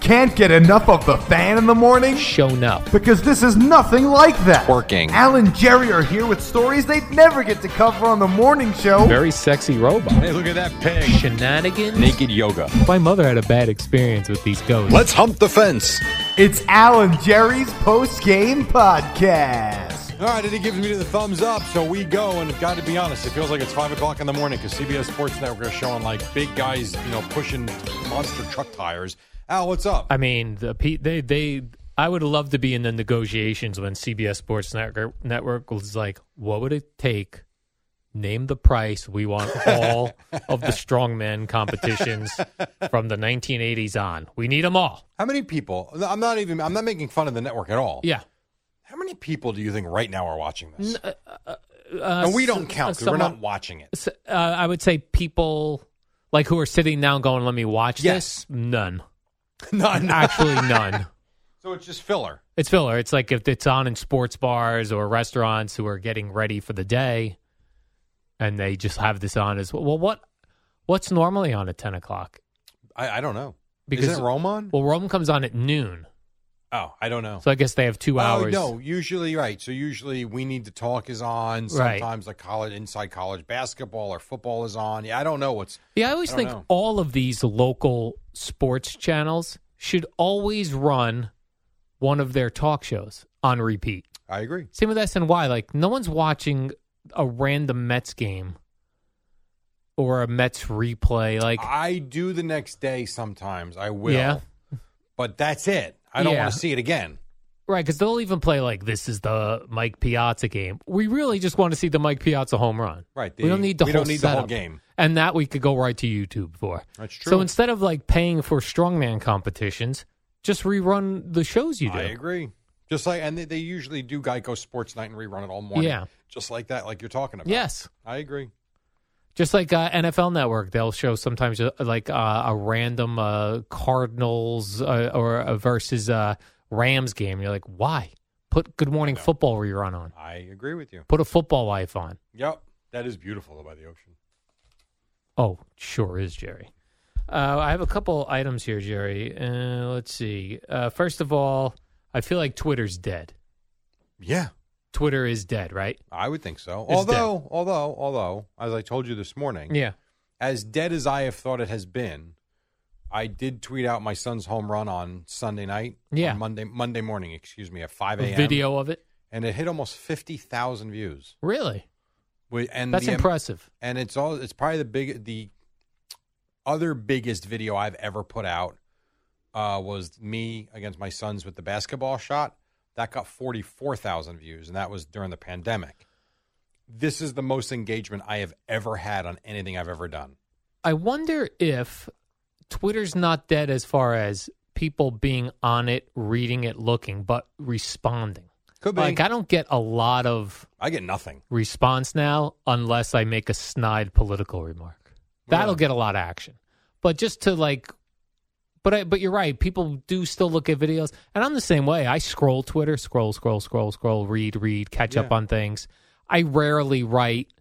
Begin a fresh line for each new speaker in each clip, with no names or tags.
Can't get enough of the fan in the morning?
shown up.
Because this is nothing like that.
Working.
Al and Jerry are here with stories they'd never get to cover on the morning show.
Very sexy robot. Hey, look at that pig. Shenanigans.
Naked yoga.
My mother had a bad experience with these ghosts.
Let's hump the fence.
It's Al and Jerry's post game podcast.
All right, and he gives me the thumbs up, so we go. And got to be honest, it feels like it's five o'clock in the morning because CBS Sports Network is showing like big guys, you know, pushing monster truck tires. Al, what's up?
I mean, the pe- they they. I would love to be in the negotiations when CBS Sports Network Network was like, "What would it take? Name the price. We want all of the strongman competitions from the 1980s on. We need them all."
How many people? I'm not even. I'm not making fun of the network at all.
Yeah,
How many people do you think right now are watching this?
uh,
and we don't
s-
count
uh,
because we're not
someone-
watching it.
s- uh, I would say people like who are sitting down going, "Let me watch
Yes.
this." None,
None.
actually, none.
So it's just filler.
It's filler. It's like if it's on in sports bars or restaurants who are getting ready for the day, and they just have this on as well. What what's normally on at ten o'clock?
I, I don't know.
Because-
Isn't it Rome on?
Well, Rome comes on at noon,
Oh, I don't know.
so I guess they have two hours.
Oh, no, usually right. So usually we need to talk is on.
Right.
Sometimes like college inside college basketball or football is on. Yeah, I don't know what's
Yeah, I always
I don't
think
know.
all of these local sports channels should always run one of their talk shows on repeat.
I agree.
Same with SNY. Like no one's watching a random Mets game or a Mets replay. Like
I do the next day sometimes. I will.
Yeah.
But that's it. I don't
Yeah.
want to see it again.
right, because they'll even play like this is the Mike Piazza game. We really just want to see the Mike Piazza home run.
Right,
we
the-
don't need the
we
whole
don't need the whole
setup.
game.
and that we could go right to YouTube for.
That's
So
true.
instead of like paying for strongman competitions, just rerun the shows you do.
I agree. Just like and they, they usually do Geico Sports Night and rerun it all morning.
Yeah.
Just like that, like you're talking about.
Yes.
I agree.
Just like uh, NFL Network, they'll show sometimes uh, like uh, a random uh, Cardinals uh, or uh, versus uh, Rams game. You're like, why? Put Good Morning Football rerun on.
I agree with you.
Put a Football Life on.
Yep. That is beautiful though by the ocean.
Oh, sure is Jerry. Uh, I have a couple items here, Jerry. Uh, let's see. Uh, first of all, I feel like Twitter's dead.
Yeah.
Twitter is dead, right?
I would think so.
It's dead.
although, although, although, as I told you this morning,
Yeah.
as dead as I have thought it has been, I did tweet out my son's home run on Sunday night.
Yeah.
on Monday Monday morning, excuse me, at five
A
a.m.
video of it.
and it hit almost fifty thousand views.
Really?
Wi- And
That's
the-
impressive.
And it's all it's probably the big the other biggest video I've ever put out uh, was me against my sons with the basketball shot. That got 44,000 views, and that was during the pandemic. This is the most engagement I have ever had on anything I've ever done.
I wonder if Twitter's not dead as far as people being on it, reading it, looking, but responding.
Could be.
Like I don't get a lot of
I get nothing.
response now unless I make a snide political remark. That'll
Really?
get a lot of action. But just to like but I, but you're right. People do still look at videos, and I'm the same way. I scroll Twitter, scroll, scroll, scroll, scroll, read, read, catch up
Yeah.
on things. I rarely write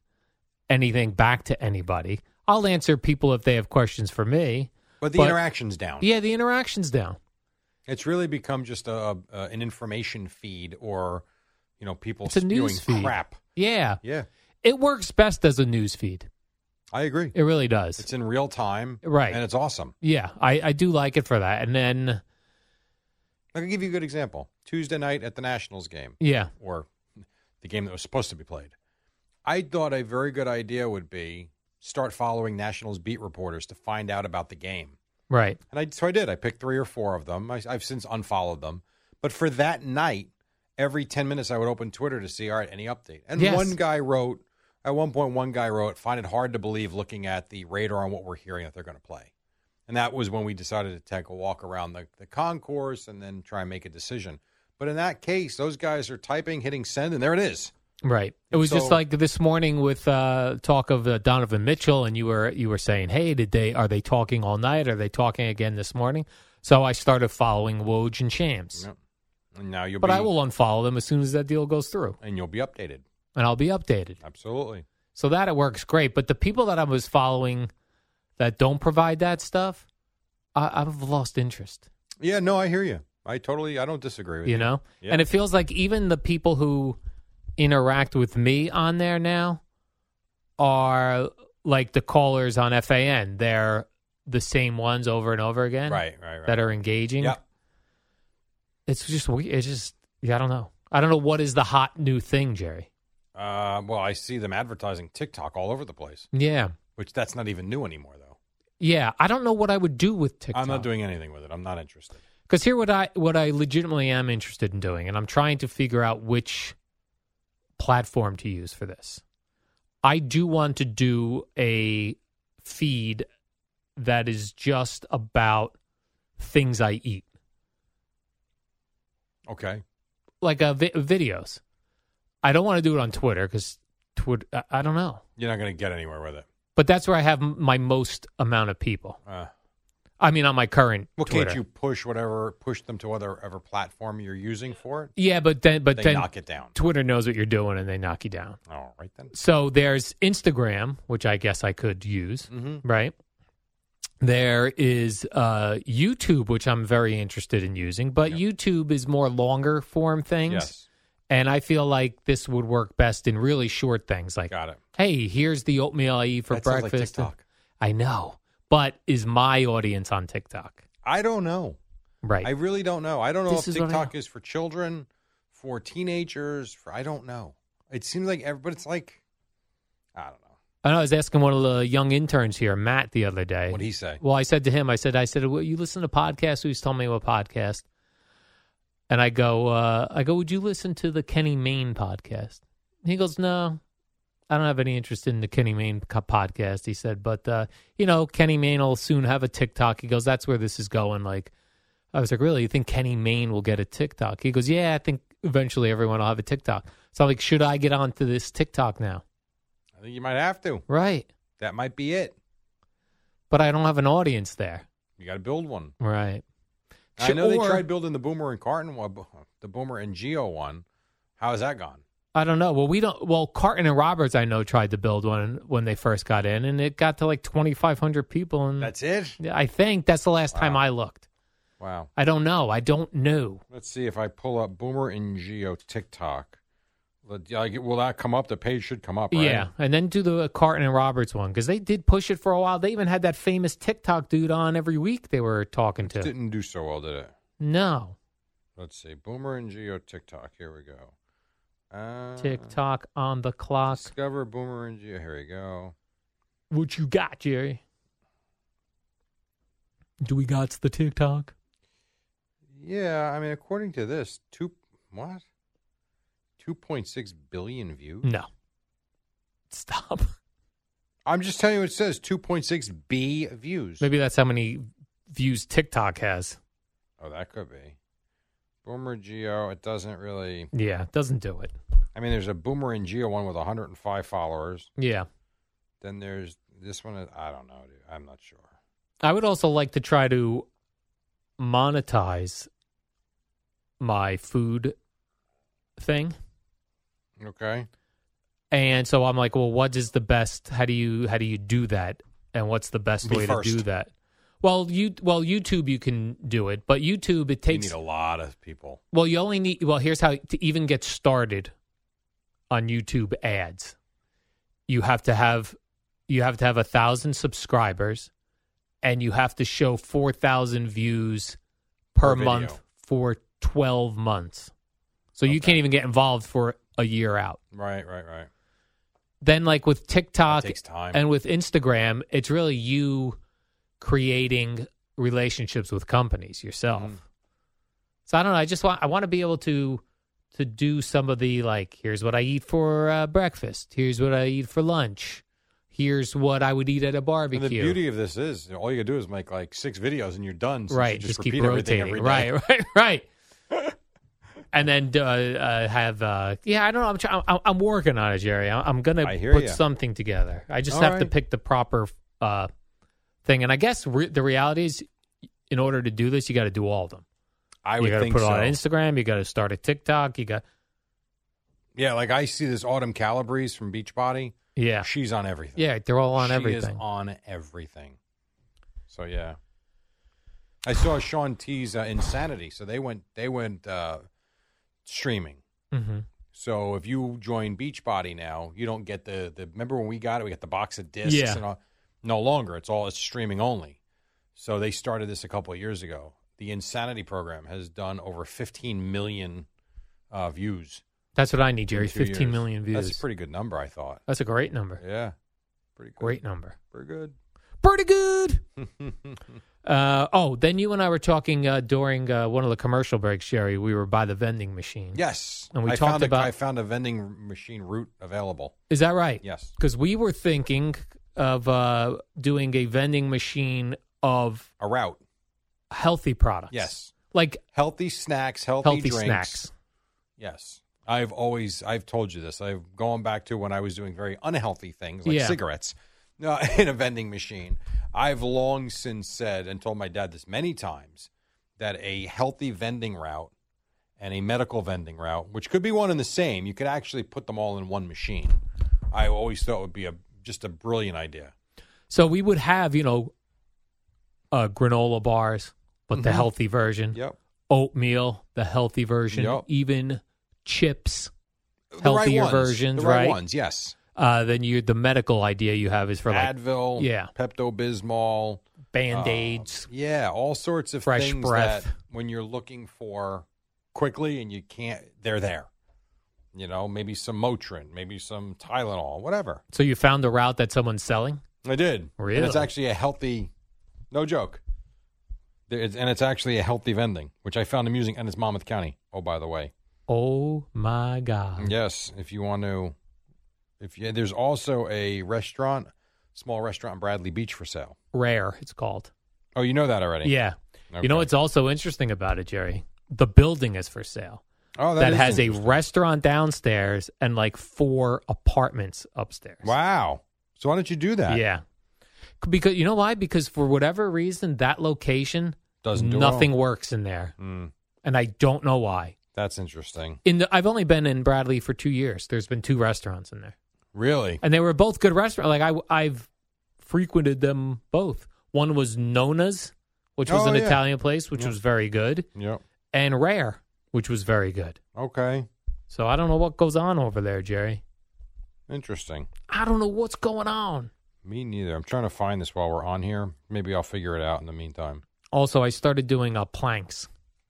anything back to anybody. I'll answer people if they have questions for me.
But the
But-
interaction's down.
Yeah, the interaction's down.
It's really become just a, a an information feed or, you know, people
It's a
spewing
news feed.
crap.
Yeah,
Yeah,
it works best as a news feed.
I agree.
It really does.
It's in real time.
Right.
And it's awesome.
yeah, I, I do like it for that. And then
I can give you a good example. Tuesday night at the Nationals game,
yeah,
or the game that was supposed to be played, I thought a very good idea would be start following Nationals beat reporters to find out about the game.
right.
And I so I did. I picked three or four of them. I, I've since unfollowed them. But for that night, every ten minutes, I would open Twitter to see all right any update. And
Yes.
one guy wrote at one point, one guy wrote, "Find it hard to believe looking at the radar on what we're hearing that they're going to play." And that was when we decided to take a walk around the, the concourse and then try and make a decision. But in that case, those guys are typing, hitting send, and there it is.
Right. It was just
So-
like this morning with uh, talk of uh, Donovan Mitchell, and you were you were saying, "Hey, did they are they talking all night? Are they talking again this morning?" So I started following Woj and Shams,
Yep. And now you'll
but
be,
I will unfollow them as soon as that deal goes through,
and you'll be updated.
and I'll be updated.
Absolutely.
So that it works great. But the people that I was following that don't provide that stuff, I, I've lost interest.
Yeah. No, I hear you. I totally. I don't disagree with you.
You know,
Yeah.
and it feels like even the people who interact with me on there now are like the callers on FAN. They're the same ones over and over again,
Right. Right. Right.
That are engaging.
Yep.
It's just we. It's just yeah. I don't know. I don't know what is the hot new thing, Jerry.
Uh, well, I see them advertising TikTok all over the place,
Yeah,
which that's not even new anymore, though.
yeah. I don't know what I would do with TikTok.
I'm not doing anything with it. I'm not interested.
Because here, what I what I legitimately am interested in doing, and I'm trying to figure out which platform to use for this. I do want to do a feed that is just about things I eat,
Okay.
like uh, vi- videos. I don't want to do it on Twitter because Twitter. I, I don't know,
You're not going to get anywhere with it.
but that's where I have m- my most amount of people.
Uh,
I mean, on my current
well,
Twitter.
can't you push whatever, push them to whatever platform you're using for it?
Yeah, but then but
they
then
knock it down.
Twitter knows what you're doing and they knock you down.
All right, then.
so there's Instagram, which I guess I could use,
Mhm.
right? There is uh, YouTube, which I'm very interested in using, but YouTube is more longer form things.
Yes.
And I feel like this would work best in really short things like,
Got it.
hey, here's the oatmeal I eat for
That sounds like
breakfast.
TikTok.
I know. But is my audience on TikTok?
I don't know.
Right.
I really don't know. I don't know
This
if
is what I
TikTok
know.
is for children, for teenagers, for I don't know. It seems like every, but it's like, I don't know.
I know I was asking one of the young interns here, Matt, the other day.
What'd he say?
Well, I said to him, I said, I said, well, you listen to podcasts? Who's telling me what podcast? And I go, uh, I go, would you listen to the Kenny Maine podcast? And he goes, no, I don't have any interest in the Kenny Maine co- podcast. He said, but uh, you know, Kenny Maine will soon have a TikTok. He goes, that's where this is going. Like, I was like, really? You think Kenny Maine will get a TikTok? He goes, yeah, I think eventually everyone will have a TikTok. So I'm like, should I get onto this TikTok now?
I think you might have to.
Right.
That might be it.
but I don't have an audience there.
You got to build one.
Right.
I know they
Or-
tried building the Boomer and Carton one, bu- the Boomer and Geo one. How has that gone?
I don't know. Well, we don't. Well, Carton and Roberts, I know, tried to build one when they first got in, and it got to like twenty five hundred people. And
That's it.
I think that's the last time
Wow.
I looked.
Wow.
I don't know. I don't know.
Let's see if I pull up Boomer and Geo TikTok. Let- yeah, I get- Will that come up? The page should come up, right?
Yeah, and then do the Carton and Roberts one because they did push it for a while. They even had that famous TikTok dude on every week. They were talking
It
to.
didn't do so well, did it?
No
Let's see. Boomer and Geo TikTok. Here we go. Uh,
TikTok on the clock.
Discover Boomer and Geo. Here we go.
What you got, Jerry? Do we got the TikTok?
Yeah, I mean, according to this, two what? Two point six billion views.
No. Stop.
I'm just telling you, what it says two point six b views.
Maybe that's how many views TikTok has.
Oh, that could be. Boomer Geo. It doesn't really.
Yeah, doesn't do it.
I mean, there's a Boomer and Geo one with 105 followers.
Yeah.
Then there's this one. is- I don't know, dude. I'm not sure.
I would also like to try to monetize my food thing.
Okay.
And so I'm like, well, what is the best? How do you how do you do that? And what's the best
Be
way
first.
to do that? Well, you well YouTube you can do it, but YouTube it
you
takes
need a lot of people.
well you only need well here's how to even get started on YouTube ads. You have to have you have to have a thousand subscribers, and you have to show four thousand views per,
Per video.
month for twelve months. So you can't even get involved for a year out
Right, right, right.
then like with TikTok
That takes time.
and with Instagram, it's really you creating relationships with companies yourself.
Mm-hmm.
So I don't know. I just want I want to be able to to do some of the like here's what I eat for uh, breakfast, here's what I eat for lunch, here's what I would eat at a
And
barbecue.
the beauty of this is you know, all you gotta do is make like six videos and you're done. since you
right,
just,
just, keep
repeat everything
rotating.
every day.
Right, right, right. and then uh, uh, have uh, yeah. I don't know. I'm try- I'm, I'm working on it, Jerry. I- I'm gonna
I hear
put
ya.
something together. I just
All
have to
right.
pick the proper uh, thing. And I guess re- the reality is, in order to do this, you got to do all of them.
I
you
would
got to
think
put it
so.
on Instagram. You got to start a TikTok. You got
Yeah, like I see this Autumn Calabrese from Beachbody.
yeah,
She's on everything.
yeah. They're all on
she
everything.
Is on everything. So yeah, I saw Sean T's uh, Insanity. So they went they went uh, streaming.
Mhm.
So if you join Beachbody now, you don't get the the. Remember when we got it? We got the box of discs.
Yeah.
And all, no longer. It's all it's streaming only. So they started this a couple of years ago. The Insanity program has done over 15 million uh, views.
That's what I need, Jerry.
in two
Fifteen
years.
million views.
That's a pretty good number, I thought.
That's a great number.
Yeah, pretty good.
Great number.
Pretty good.
pretty good. uh, oh, then you and I were talking uh, during uh, one of the commercial breaks, Sherry. We were by the vending machine.
Yes,
And we
I
talked
found a-
about-
I found a vending machine route available.
Is that right?
Yes,
Because we were thinking of uh, doing a vending machine of
a route.
healthy products.
Yes,
Like
healthy snacks, healthy,
healthy,
drinks.
snacks.
Yes, I've always I've told you this. I've gone back to when I was doing very unhealthy things like
Yeah.
cigarettes uh, in a vending machine. I've long since said and told my dad this many times that a healthy vending route and a medical vending route, which could be one and the same, you could actually put them all in one machine. I always thought would be a just a brilliant idea.
So we would have, you know, uh, granola bars, but the healthy version.
Mm-hmm. Yep.
Oatmeal, the healthy version.
Yep.
Even chips.
The right
Healthier
ones.
versions,
the right,
right?
ones, yes.
Uh, then you the medical idea you have is for like
Advil,
yeah.
Pepto Bismol, um,
band
uh,
aids.
yeah, all sorts of
Fresh
things
breath.
that when you're looking for quickly and you can't, they're there. You know, maybe some Motrin, maybe some Tylenol, whatever.
so you found a route that someone's selling?
I did. And it's
Really?
actually a healthy, no joke. There is- and it's actually a healthy vending, which I found amusing. And it's Monmouth County. Oh, by the way,
Oh my god!
Yes, if you want to, if you, there's also a restaurant, small restaurant in Bradley Beach for sale.
Rare, it's called.
Oh, you know that already.
Yeah.
Okay.
You know what's also interesting about it, Jerry? The building is for sale.
oh,
that
is
has a
interesting.
restaurant downstairs and like four apartments upstairs.
wow. So why don't you do that?
Yeah. C- Because you know why? Because for whatever reason, that location
doesn't do
nothing
Well.
works in there,
Mm,
and I don't know why.
that's interesting.
In the, I've only been in Bradley for two years. There's been two restaurants in there.
Really?
and they were both good restaurants. Like I, I've frequented them both. One was Nona's, which was
Oh,
an
yeah.
Italian place, which was very good,
Yep.
and Rare, which was very good.
Okay.
So I don't know what goes on over there, Jerry.
Interesting.
I don't know what's going on.
Me neither. I'm trying to find this while we're on here. Maybe I'll figure it out in the meantime.
Also, I started doing uh, planks.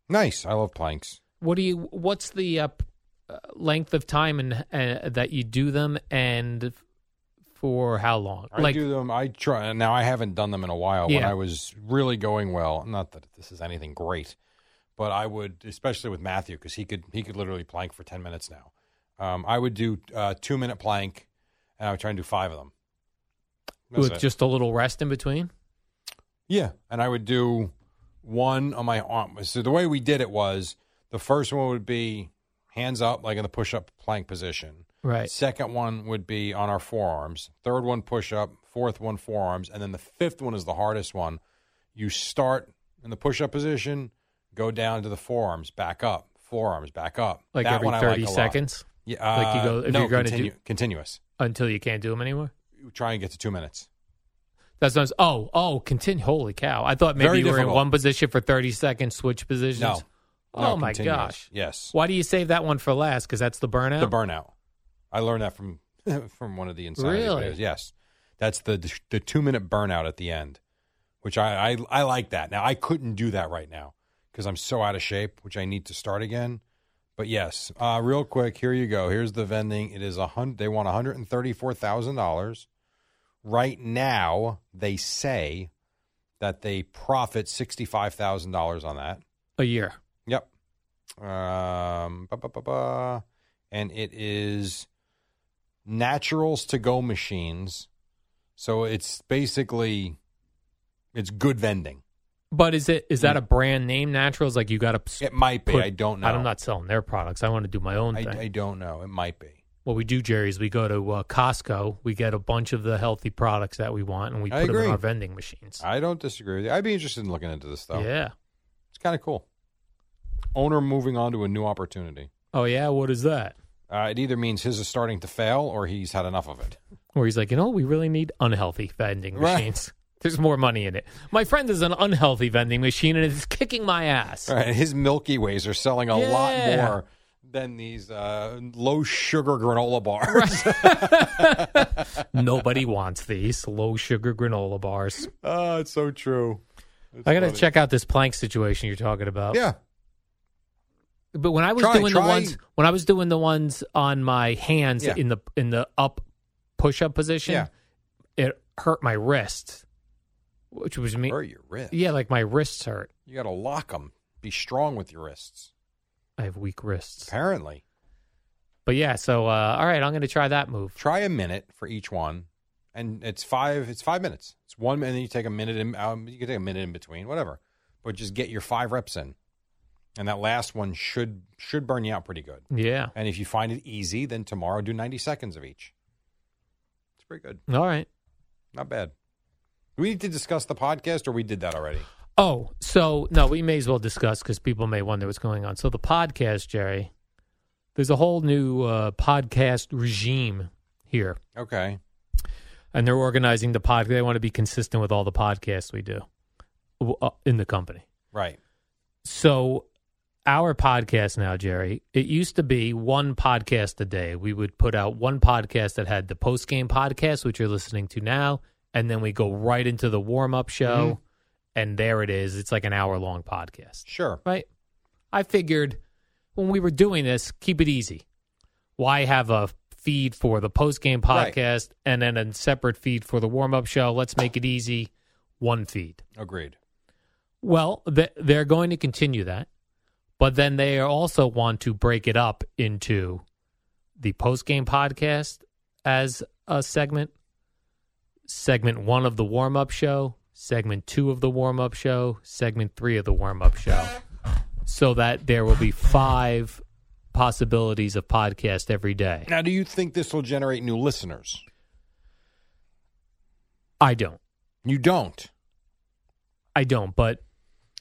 Nice. I love planks.
What do you? What's the uh, p- uh, length of time and uh, that you do them, and f- for how long?
I do them. I try now. I haven't done them in a while. When
Yeah.
I was really going well, not that this is anything great, but I would, especially with Matthew, because he could he could literally plank for ten minutes now. Um, I would do uh, two minute plank, and I would try and do five of them. That's
with
it.
just a little rest in between.
Yeah, and I would do one on my arm. So the way we did it was the first one would be hands up, like in the push up plank position.
Right.
Second one would be on our forearms. Third one push up. Fourth one forearms, and then the fifth one is the hardest one. You start in the push up position, go down to the forearms, back up, forearms, back up.
Like
That
every
one I like
thirty
a lot.
seconds.
Yeah,
like you go
uh,
if
no,
you're going
continu-
to do
continuous.
until you can't do them anymore.
You Try and get to two minutes.
That's what I was, oh oh continue. Holy cow! I thought maybe
Very
you were in
difficult.
one position for thirty seconds, switch positions.
No.
Oh
No,
my
continuous.
gosh!
Yes.
Why do you save that one for last? Because that's the burnout.
The burnout. I learned that from from one of the insanity
Really?
videos. Yes, that's the the two minute burnout at the end, which I I, I like that. Now I couldn't do that right now because I'm so out of shape, which I need to start again. But yes, uh, real quick, here you go. Here's the vending. It is a hundred. They want one hundred and thirty four thousand dollars right now. They say that they profit sixty five thousand dollars on that.
a year.
Yep. Um, ba, ba, ba, ba. And it is naturals to go machines. So it's basically it's good vending.
But is it is that a brand name? Naturals like you got to.
Mm. It might be. I don't know.
I'm not selling their products. I want to do my own
I,
thing.
I don't know. It might be.
what we do, Jerry, is we go to uh, Costco. We get a bunch of the healthy products that we want, and we
I
put them in
agree.
our vending machines.
I don't disagree with you. I'd be interested in looking into this though.
Yeah.
It's kind of cool. Owner moving on to a new opportunity.
Oh yeah. What is that?
Uh, it either means his is starting to fail or he's had enough of it.
Where he's like, you know, we really need unhealthy vending
Right.
machines. There's more money in it. My friend is an unhealthy vending machine, and it's kicking my ass.
All right, his Milky Ways are selling a lot
Yeah.
more than these uh, low sugar granola bars.
Nobody wants these low sugar granola bars.
oh, it's so true.
I gotta check out this plank situation you're talking about.
Yeah.
But when I was
Try-
doing
try-
the ones when I was doing the ones on my hands
Yeah.
in the in the up push up position,
Yeah.
it hurt my wrist, which was me.
Hurt your wrist.
Yeah, like my wrists hurt.
You got to lock them. Be strong with your wrists.
I have weak wrists.
Apparently,
But yeah, so uh, all right, I'm gonna try that move.
try a minute for each one, and it's five. It's five minutes. It's one, and then you take a minute. In, um, you can take a minute in between, whatever. But just get your five reps in, and that last one should should burn you out pretty good.
Yeah.
And if you find it easy, then tomorrow do ninety seconds of each. It's pretty good.
All right.
Not bad. Do we need to discuss the podcast, or we did that already?
Oh, so no, we may as well discuss because people may wonder what's going on. So the podcast, Jerry, there's a whole new uh, podcast regime here,
Okay.
and they're organizing the pod. They want to be consistent with all the podcasts we do w- uh, in the company.
Right.
So our podcast now, Jerry, it used to be one podcast a day. We would put out one podcast that had the post game podcast, which you're listening to now, and then we go right into the warm up show, and there it is. It's like an hour long podcast
Sure.
right? I figured when we were doing this, keep it easy. Why have a feed for the post game
Right.
podcast and then a separate feed for the warm up show? Let's make it easy. One feed.
Agreed.
Well, th- they're going to continue that, but then they also want to break it up into the post game podcast as a segment, segment one of the warm up show, segment two of the warm up show, segment three of the warm up show, so that there will be five possibilities of podcast every day.
Now, do you think this will generate new listeners?
I don't.
You don't.
I don't, but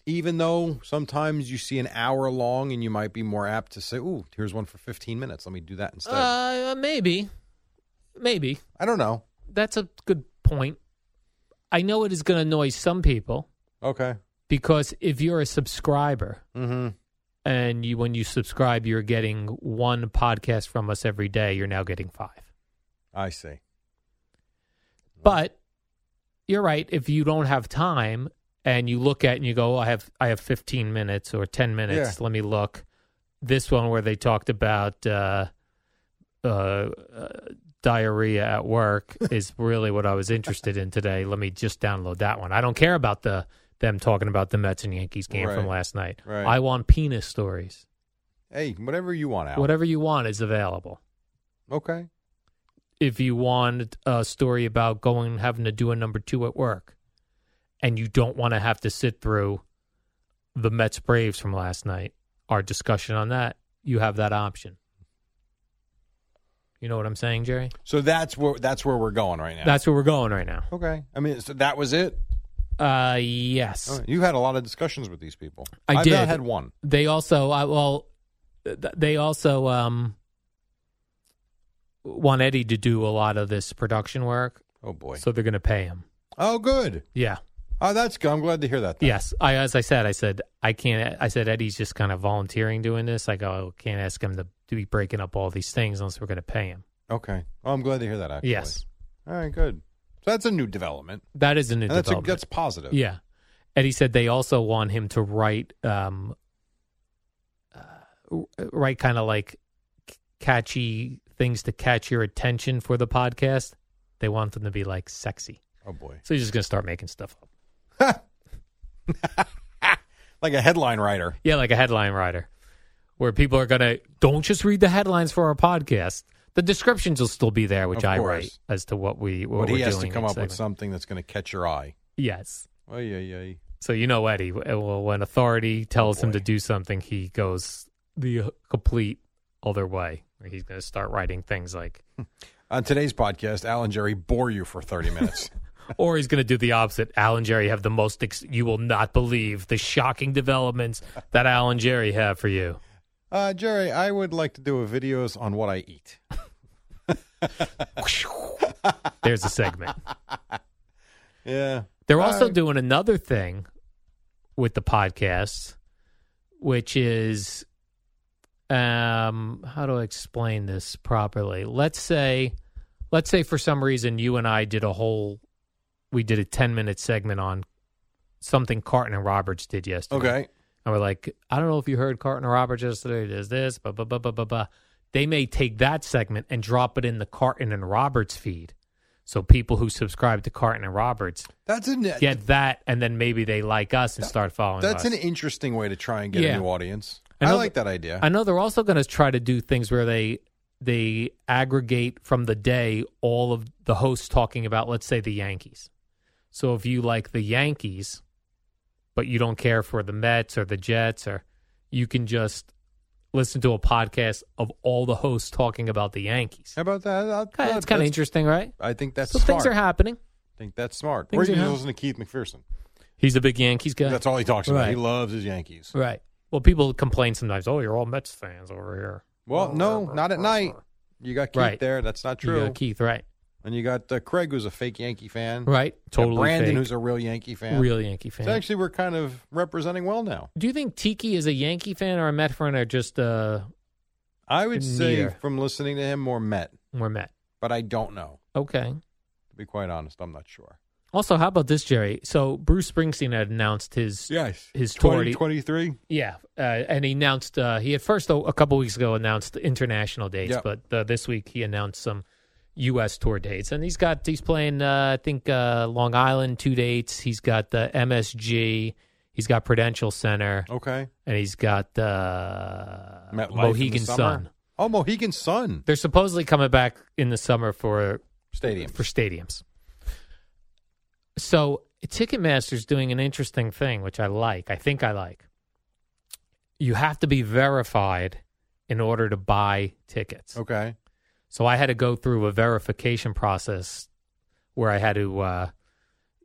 Even though sometimes you see an hour long and you might be more apt to say, ooh, here's one for 15 minutes. Let me do that instead.
uh, maybe. Maybe.
I don't know.
that's a good point. I know it is going to annoy some people
Okay.
because if you're a subscriber
Mm-hmm.
and you when you subscribe you're getting one podcast from us every day, you're now getting 5.
I see.
But you're right, if you don't have time and you look at it and you go, oh, "I have I have 15 minutes or 10 minutes, let me look." This one where they talked about uh uh, uh diarrhea at work is really what I was interested in today. Let me just download that one. I don't care about the them talking about the Mets and Yankees game from
Right.
last night.
Right.
I want penis stories.
Hey, whatever you want out.
Whatever you want is available.
Okay.
If you want a story about going and having to do a number two at work, and you don't want to have to sit through the Mets Braves from last night, our discussion on that, you have that option. You know what I'm saying, Jerry?
So that's where that's where we're going right now.
That's where we're going right now.
okay. I mean, so that was it.
Uh, yes.
All right. You had a lot of discussions with these people.
I
I've
did.
not had one.
They also, I, well, th- they also um, want Eddie to do a lot of this production work,
Oh boy.
so they're going to pay him.
oh, good.
Yeah.
Oh, that's good. I'm glad to hear that. then.
Yes. I, as I said, I said I can't. I said Eddie's just kind of volunteering doing this. I go, I can't ask him to, to be breaking up all these things unless we're going to pay him.
Okay. Oh, I'm glad to hear that. Actually.
Yes,
All right. Good. So that's a new development.
that is a new
And that's a,
development.
that's positive.
Yeah. Eddie said they also want him to write, um, uh, w- write kind of like c- catchy things to catch your attention for the podcast. They want them to be like sexy.
Oh boy.
So he's just going to start making stuff up.
Like a headline writer.
Yeah, like a headline writer where people are going to don't just read the headlines for our podcast. The descriptions will still be there, which
Of
I
course.
write as to what we what
But
we're
he has to
doing
come
each
up with
segment.
something that's going to catch your eye.
Yes.
Oh yeah, yeah.
So you know Eddie. Well, when authority tells him to do something, he goes the complete other way. He's going to start writing things like,
On today's podcast, Al and Jerry bore you for 30 minutes.
or he's going to do the opposite. Al and Jerry have the most. Ex- you will not believe the shocking developments that Al and Jerry have for you.
uh, Jerry, I would like to do a videos on what I eat.
There's a segment.
Yeah. Uh,
They're also doing another thing with the podcast, which is um how do I explain this properly? Let's say let's say for some reason you and I did a whole we did a 10 minute segment on something Carton and Roberts did yesterday.
Okay.
And we're like, I don't know if you heard Carton and Roberts yesterday does this, blah blah blah blah blah blah. They may take that segment and drop it in the Carton and Roberts feed. So people who subscribe to Carton and Roberts
That's an
get that, and then maybe they like us and start following
that's
us.
an interesting way to try and get
Yeah.
a new audience.
I
I
know
like that idea.
I know they're also going to try to do things where they they aggregate from the day all of the hosts talking about, let's say, the Yankees. So if you like the Yankees, but you don't care for the Mets or the Jets, or you can just listen to a podcast of all the hosts talking about the Yankees.
How about that? That-
Kinda-
that-
It's kind of interesting, right?
I think that's
so
smart.
things are happening.
I think that's smart.
Things
or you
are
can just
hap-
listen to Keith McPherson.
He's a big Yankees guy.
That's all he talks about.
Right.
He loves his Yankees.
Right. Well, people complain sometimes. Oh, you're all Mets fans over here.
Well, no, not at night. You got Keith
Right.
there. That's not
You
true.
got Keith, right?
and you got uh, Craig, who's a fake Yankee fan.
Right.
You got
Totally.
Brandon,
fake.
who's a real Yankee fan.
real Yankee fan.
So actually, we're kind of representing well now.
Do you think Tiki is a Yankee fan or a Met fan or just uh,
I would say
Neither.
from listening to him, more Met,
more Met?
but I don't know.
Okay.
To be quite honest, I'm not sure.
Also, how about this, Jerry? So Bruce Springsteen had announced his
Yes,
His tour-
2023.
yeah, uh, and he announced uh, he had first a, a couple weeks ago announced international dates,
Yep.
but uh, this week he announced some U.S. tour dates, and he's got he's playing uh, I think uh, Long Island two dates. He's got the MSG, he's got Prudential Center,
Okay,
and he's got uh,
Met Life in the
Mohegan
summer.
Sun.
Oh, Mohegan Sun
They're supposedly coming back in the summer for
Stadium.
for stadiums. So Ticketmaster's doing an interesting thing, which I like. I think I like. You have to be verified in order to buy tickets.
Okay,
So I had to go through a verification process where I had to, uh,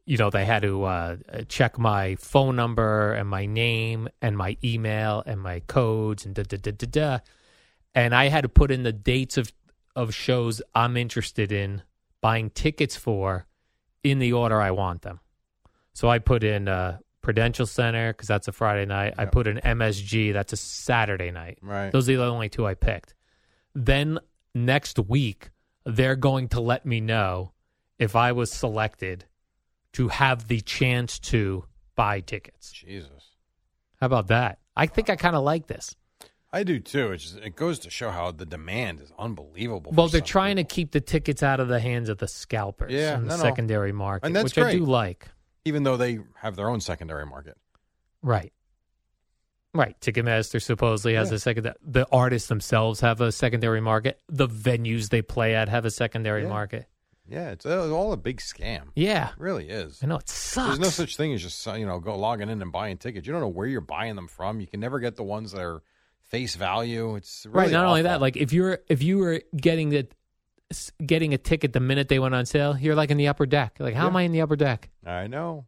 you know, they had to uh, check my phone number and my name and my email and my codes and da da da da da, and I had to put in the dates of of shows I'm interested in buying tickets for in the order I want them. So I put in uh, Prudential Center because that's a Friday night. I put in MSG that's a Saturday night.
Right.
Those are the only two I picked. Then next week they're going to let me know if I was selected to have the chance to buy tickets.
Jesus,
How about that? I think I kind of like this.
I do too. It's just, it goes to show how the demand is unbelievable.
Well,
for
they're
some
trying
people.
to keep the tickets out of the hands of the scalpers
Yeah,
and the
no, no.
secondary market,
And that's
which I
great.
do like.
even though they have their own secondary market.
Right. Right. Ticketmaster supposedly has a second. The artists themselves have a secondary market. The venues they play at have a secondary
Yeah.
market.
Yeah, it's uh, all a big scam.
Yeah.
It really is.
I know it sucks.
There's no such thing as just uh, you know go logging in and buying tickets. You don't know where you're buying them from. You can never get the ones that are face value. It's really
right. Not only that,
awful.
like if you're if you were getting the s- getting a ticket the minute they went on sale, you're like in the upper deck. Like how am I in the upper deck?
I know.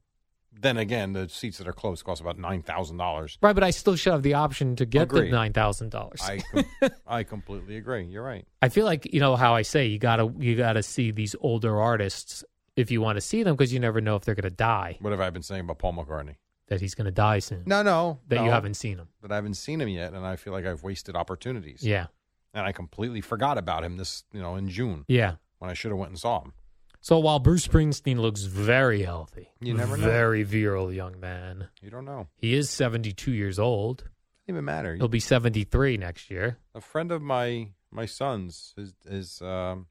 Then again, the seats that are close cost about nine thousand dollars.
Right, but I still should have the option to get
Agreed.
the nine thousand dollars.
I com- I completely agree. You're right.
I feel like you know how I say you gotta you gotta see these older artists if you want to see them because you never know if they're gonna die
What have I been saying about Paul McCartney?
that he's gonna die soon
No, no,
that you
no,
haven't seen him.
That I haven't seen him yet, and I feel like I've wasted opportunities.
Yeah,
and I completely forgot about him this you know in June
yeah.
when I should have went and saw him.
So while Bruce Springsteen looks very healthy,
You never know.
very virile young man.
You don't know.
He is seventy two years old.
Doesn't even matter.
He'll be seventy three next year.
a friend of my my son's his his um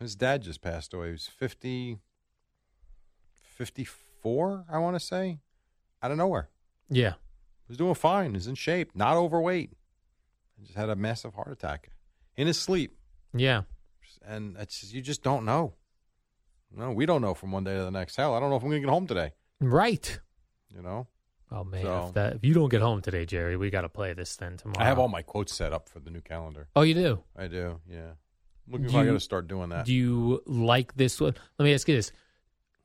his dad just passed away. He was 50 54, I want to say. Out of nowhere.
Yeah.
He was doing fine. He's in shape, not overweight. He just had a massive heart attack in his sleep.
Yeah.
And it's just, you just don't know. No, we don't know from one day to the next. Hell, I don't know if I'm going to get home today,
Right.
you know.
Oh man,
So-
if, that, if you don't get home today, Jerry, we got to play this then tomorrow.
I have all my quotes set up for the new calendar.
Oh, you do.
I do. Yeah. Looking
Do
if I
you-
got to start doing that.
Do you like this one? Let me ask you this.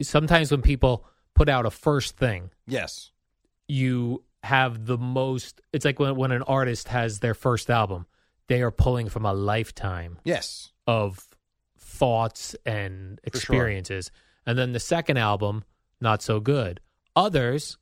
Sometimes when people put out a first thing,
yes.
you have the most. It's like when when an artist has their first album, they are pulling from a lifetime
Yes.
of thoughts and
sure.
experiences. And then the second album, not so good. Others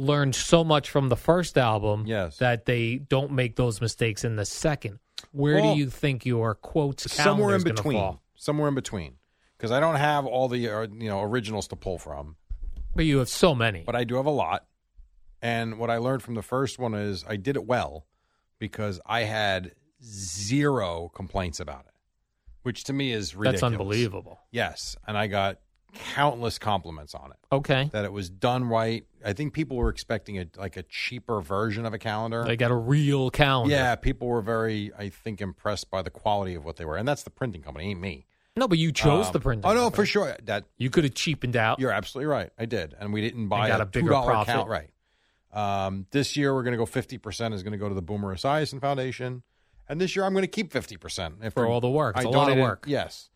learned so much from the first album
Yes.
that they don't make those mistakes in the second. Where
Well,
do you think your quotes
somewhere in
calendar's gonna
between.
fall?
Somewhere in between, because I don't have all the uh, you know originals to pull from,
But you have so many.
but I do have a lot. And what I learned from the first one is I did it well because I had zero complaints about it, which to me is ridiculous.
That's unbelievable.
Yes, and I got countless compliments on it
Okay.
that it was done right. I think people were expecting a like a cheaper version of a calendar.
They got a real calendar.
yeah, people were very, I think, impressed by the quality of what they were, and that's the printing company, ain't me.
No, but you chose
Um,
the print.
Oh no, for sure. That
You could have cheapened out.
you're absolutely right. I did, and we didn't buy
got a
two
bigger
dollar
profit.
count. Right. Um, this year we're going to go fifty percent is going to go to the Boomer Esiason Foundation, and this year I'm going to keep fifty percent
For all the work. It's a lot of work.
Yes.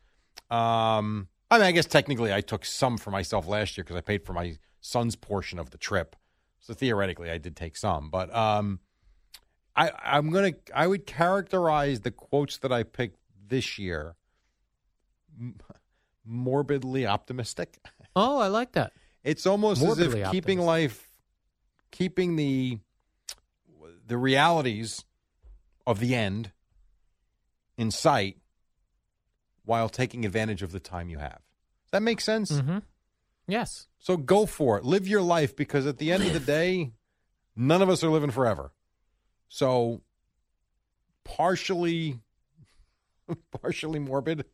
Um, I mean, I guess technically I took some for myself last year because I paid for my son's portion of the trip, so theoretically I did take some, but um, I I'm gonna I would characterize the quotes that I picked this year. m- Morbidly optimistic.
Oh, I like that.
It's almost as if
Morbidly
keeping
optimistic.
life, keeping the the realities of the end in sight, while taking advantage of the time you have. Does that make sense?
hmm Yes.
So go for it. Live your life because at the end of the day, none of us are living forever. So partially, partially morbid,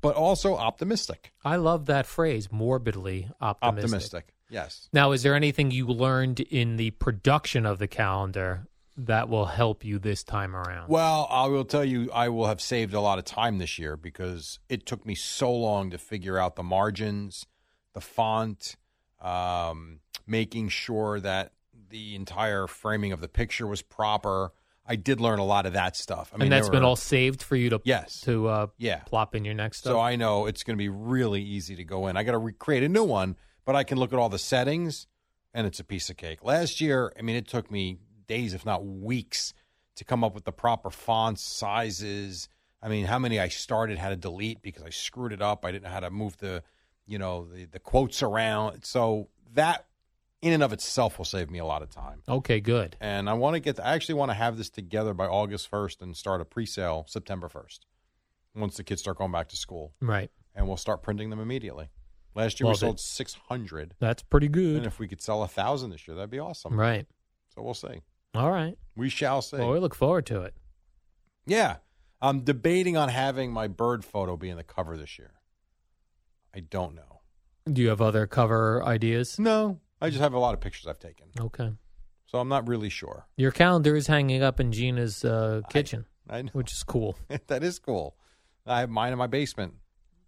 but also optimistic.
I love that phrase, morbidly
Optimistic. Yes.
Now, is there anything you learned in the production of the calendar that will help you this time around?
Well, I will tell you, I will have saved a lot of time this year because it took me so long to figure out the margins, the font, um, making sure that the entire framing of the picture was proper. I did learn a lot of that stuff. I mean,
and that's
there
been
were-
all saved for you to
Yes.
to uh,
Yeah.
plop in your next stuff.
So I know it's going to be really easy to go in. I got to recreate a new one, but I can look at all the settings and it's a piece of cake. Last year, I mean, it took me days, if not weeks, to come up with the proper fonts, sizes. I mean, how many I started had to delete because I screwed it up. I didn't know how to move the, you know, the, the quotes around. So that in and of itself will save me a lot of time.
okay, good.
And I want to get, I actually want to have this together by August 1st and start a pre sale September 1st once the kids start going back to school
Right.
and we'll start printing them immediately. Last year
Love it.
we sold 600,
That's pretty
and
good.
if we could sell a thousand this year, that'd be awesome.
Right.
So we'll see.
All right.
We shall see.
Well, we look forward to it.
yeah, I'm debating on having my bird photo be in the cover this year. I don't know.
Do you have other cover ideas?
No, I just have a lot of pictures I've taken,
Okay.
so I'm not really sure.
Your calendar is hanging up in Gina's uh, kitchen,
I know
which is cool.
that is cool. I have mine in my basement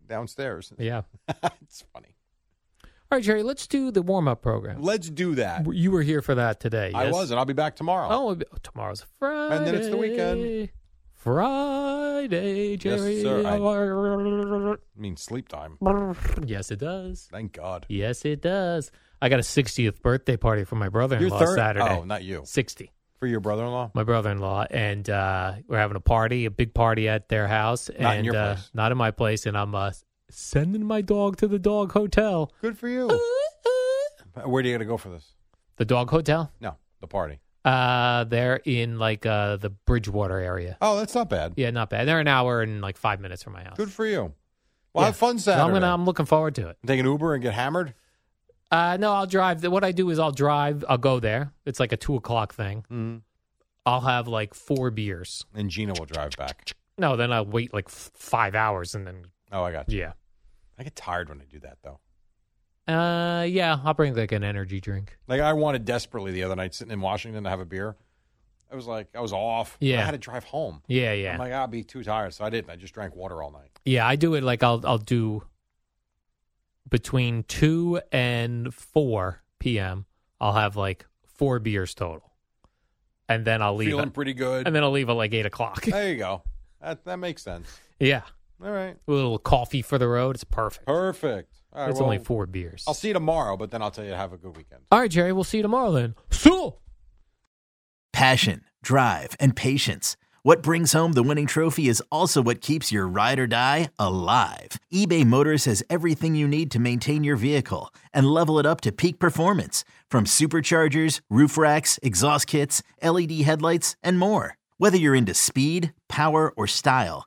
downstairs.
Yeah.
it's funny.
All right, Jerry, let's do the warm up program.
Let's do that.
You were here for that today.
I
yes?
was, and I'll be back tomorrow.
Oh, it'll be- oh, tomorrow's Friday.
then it's the weekend.
Friday, Jerry.
sir, I mean, sleep time.
Yes, it does.
Thank God.
Yes, it does. I got a 60th birthday party for my brother in
Your
law
third-
Saturday.
Oh, not you.
60.
For your brother-in-law?
My brother in law. And uh, we're having a party, a big party at their house.
Not in
and
your
uh,
place.
Not in my place. And I'm uh, sending my dog to the dog hotel.
Good for you.
Uh,
Where do you got to go for this?
The dog hotel?
No, the party.
Uh, they're in like uh, the Bridgewater area.
Oh, that's not bad.
Yeah, not bad. They're an hour and like five minutes from my house.
Good for you.
Yeah.
Well, have fun
So
Saturday.
I'm gonna. um, I'm looking forward to it.
Take an Uber and get hammered.
Uh, no, I'll drive. What I do is I'll drive. I'll go there. It's like a two o'clock thing.
Mm-hmm.
I'll have like four beers.
And Gina will drive back.
No, then I'll wait like f- five hours and then
Oh, I got you.
yeah.
I get tired when I do that, though.
Uh, yeah, I'll bring like an energy drink.
Like I wanted desperately the other night, sitting in Washington to have a beer. I was like, I was off.
Yeah.
I had to drive home.
Yeah, yeah,
I'm like, I'll be too tired, so I didn't. I just drank water all night.
yeah. I do it like I'll I'll do between two and four p.m. I'll have like four beers total, and then I'll leave.
Feeling
At,
pretty good.
and then I'll leave at like eight o'clock.
there you go. That that makes sense.
yeah,
All right.
a little coffee for the road. It's perfect.
Perfect. All right.
It's
well,
only four beers.
I'll see you tomorrow, but then I'll tell you to have a good weekend.
All right, Jerry. We'll see you tomorrow then. So.
Passion, drive, and patience. What brings home the winning trophy is also what keeps your ride or die alive. eBay Motors has everything you need to maintain your vehicle and level it up to peak performance from superchargers, roof racks, exhaust kits, LED headlights, and more. Whether you're into speed, power, or style,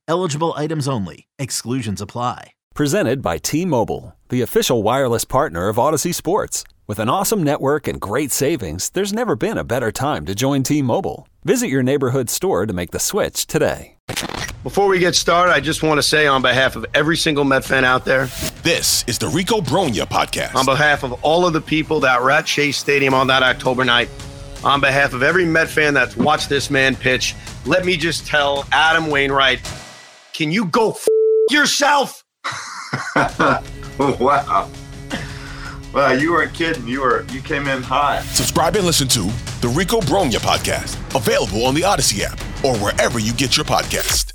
Eligible items only. Exclusions apply.
Presented by T Mobile, the official wireless partner of Odyssey Sports. With an awesome network and great savings, there's never been a better time to join T Mobile. Visit your neighborhood store to make the switch today.
Before we get started, I just want to say on behalf of every single Met fan out there, this is the Rico Bronya podcast. On behalf of all of the people that were at Chase Stadium on that October night, on behalf of every Met fan that's watched this man pitch, let me just tell Adam Wainwright, can you go f- yourself?
wow. Wow, you weren't kidding. You were you came in hot.
Subscribe and listen to the Rico Bronya podcast, available on the Odyssey app or wherever you get your podcast.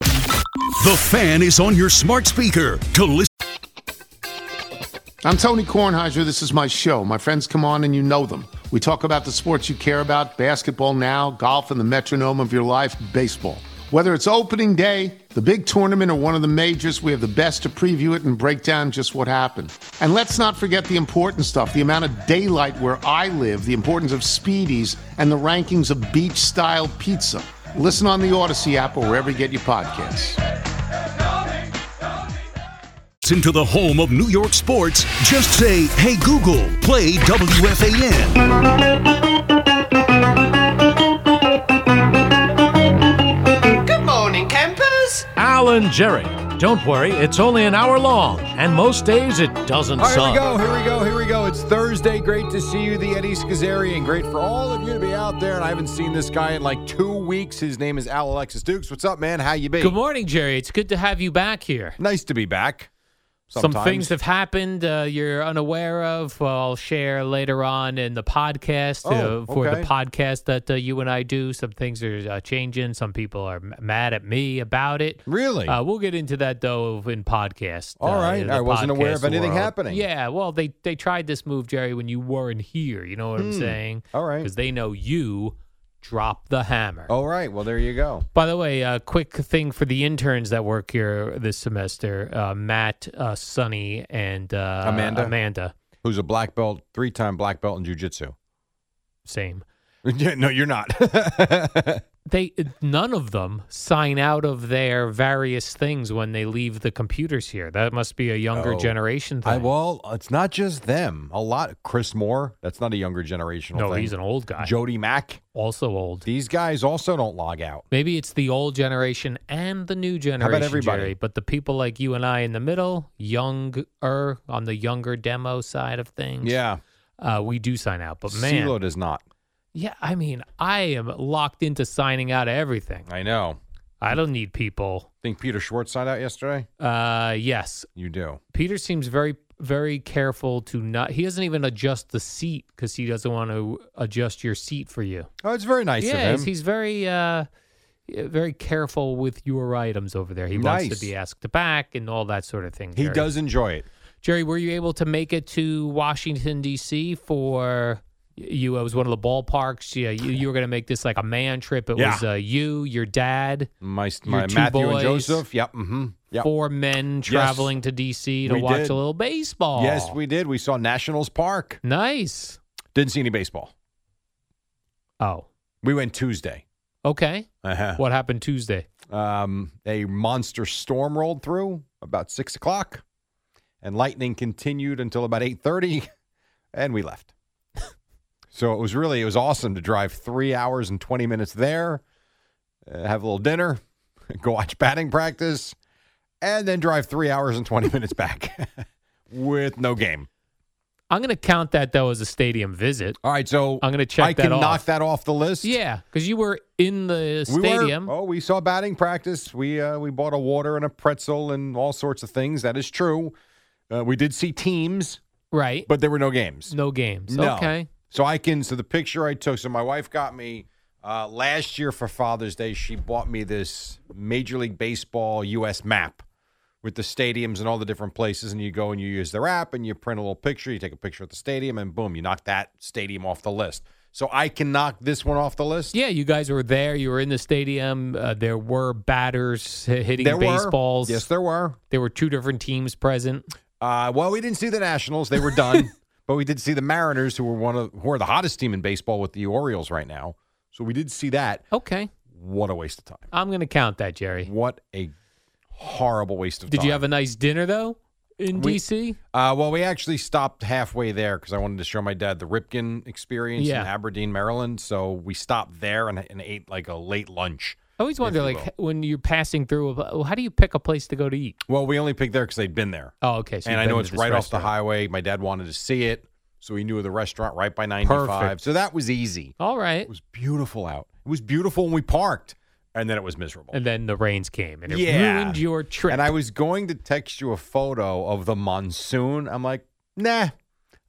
The fan is on your smart speaker to listen.
I'm Tony Kornheiser. This is my show. My friends come on and you know them. We talk about the sports you care about basketball now, golf, and the metronome of your life, baseball. Whether it's opening day, the big tournament, or one of the majors, we have the best to preview it and break down just what happened. And let's not forget the important stuff the amount of daylight where I live, the importance of speedies, and the rankings of beach style pizza. Listen on the Odyssey app or wherever you get your podcasts.
Into the home of New York sports, just say, Hey Google, play WFAN.
Good morning, campers.
Alan Jerry. Don't worry, it's only an hour long, and most days it doesn't
All right,
suck.
here we go. Here we go. Here we go. It's Thursday. Great to see you, the Eddie Schizzerian. Great for all of you to be out there. And I haven't seen this guy in like two weeks. His name is Al Alexis Dukes. What's up, man? How you been?
Good morning, Jerry. It's good to have you back here.
Nice to be back.
Some
Sometimes.
things have happened uh, you're unaware of. Well, I'll share later on in the podcast
Oh,
uh, for
okay.
the podcast that uh, you and I do. Some things are uh, changing. Some people are m- mad at me about it.
Really?
Uh, we'll get into that though in podcast.
All
uh,
right.
in the
I wasn't aware
podcast
of anything
world.
happening.
Yeah. Well, they they tried this move, Jerry, when you weren't here. You know what I'm
Hmm.
saying?
All right. Oh,
Because they know you drop the hammer.
All right. Well, there you go.
By the way, a quick thing for the interns that work here this semester: uh, Matt, uh, Sunny, and uh,
Amanda.
Amanda.
who's a black belt, three time black belt in jujitsu.
Same.
Yeah, no, you're not.
they none of them sign out of their various things when they leave the computers here. That must be a younger
Oh.
generation thing.
I, well, it's not just them. A lot. Chris Moore. That's not a younger generational.
No,
thing.
he's an old guy.
Jody Mack.
Also old.
These guys also don't log out.
Maybe it's the old generation and the new generation,
everybody?
Jerry, but the people like you and I in the middle, younger on the younger demo side of things.
Yeah.
uh, we do sign out. But man,
CeeLo does not.
yeah, I mean, I am locked into signing out of everything.
I know.
I don't need people.
Think Peter Schwartz signed out yesterday?
Uh, yes,
You do.
Peter seems very very careful to not. He doesn't even adjust the seat because he doesn't want to adjust your seat for you.
Oh, it's very nice
yeah,
of
he's-
him.
he's very uh, very careful with your items over there. He wants
Nice.
to be asked back and all that sort of thing.
he
Jerry.
does enjoy it.
Jerry, were you able to make it to Washington D.C. for you? It was one of the ballparks. Yeah, you, you were going to make this like a man trip. It
Yeah.
was uh, you, your dad,
My,
your
my
two
Matthew
boys,
and Joseph. Yep. Mm-hmm. Yep.
four men traveling to D.C. to
We
watch
did.
a little baseball.
Yes, we did. We saw Nationals Park.
Nice.
Didn't see any baseball.
Oh,
We went Tuesday.
okay.
Uh-huh.
What happened Tuesday?
Um, a monster storm rolled through about six o'clock, and lightning continued until about eight thirty, and we left. so it was really it was awesome to drive three hours and twenty minutes there, uh, have a little dinner, go watch batting practice, and then drive three hours and twenty minutes back with no game.
I'm going to count that though as a stadium visit.
All right, so
I'm going to check
I
that
can
off.
knock that off the list.
Yeah, because you were in the
We were-
stadium.
oh, we saw batting practice. We uh, we bought a water and a pretzel and all sorts of things. That is true. Uh, we did see teams,
right?
But there were no games.
No games.
No.
Okay.
So I can. So the picture I took. So my wife got me uh, last year for Father's Day. She bought me this Major League Baseball U.S. map with the stadiums and all the different places. And you go and you use their app and you print a little picture. You take a picture of the stadium and boom, you knock that stadium off the list. So I can knock this one off the list.
Yeah, you guys were there. You were in the stadium. Uh, there were batters h- hitting
There were.
baseballs.
Yes, there were.
There were two different teams present.
Uh, well, we didn't see the Nationals; they were done. but we did see the Mariners, who were one of who are the hottest team in baseball with the Orioles right now. So we did see that.
Okay,
what a waste of time!
I'm going to count that, Jerry.
What a horrible waste of
Did
time!
you have a nice dinner though in
We-
DC?
Uh, well, we actually stopped halfway there because I wanted to show my dad the Ripken experience
Yeah.
in Aberdeen, Maryland. So we stopped there and, and ate like a late lunch.
I always wonder,
you
like,
will.
h- when you're passing through, well, how do you pick a place to go to eat?
Well, we only picked there because they'd been there.
Oh, okay. So
and
you've
I
been
know
to
it's
this
right off the
restaurant.
highway. My dad wanted to see it, so he knew of the restaurant right by 95.
Perfect.
So that was easy.
All right.
It was beautiful out. It was beautiful when we parked, and then it was miserable.
And then the rains came and it
Yeah.
ruined your trip.
And I was going to text you a photo of the monsoon. I'm like, nah. I'm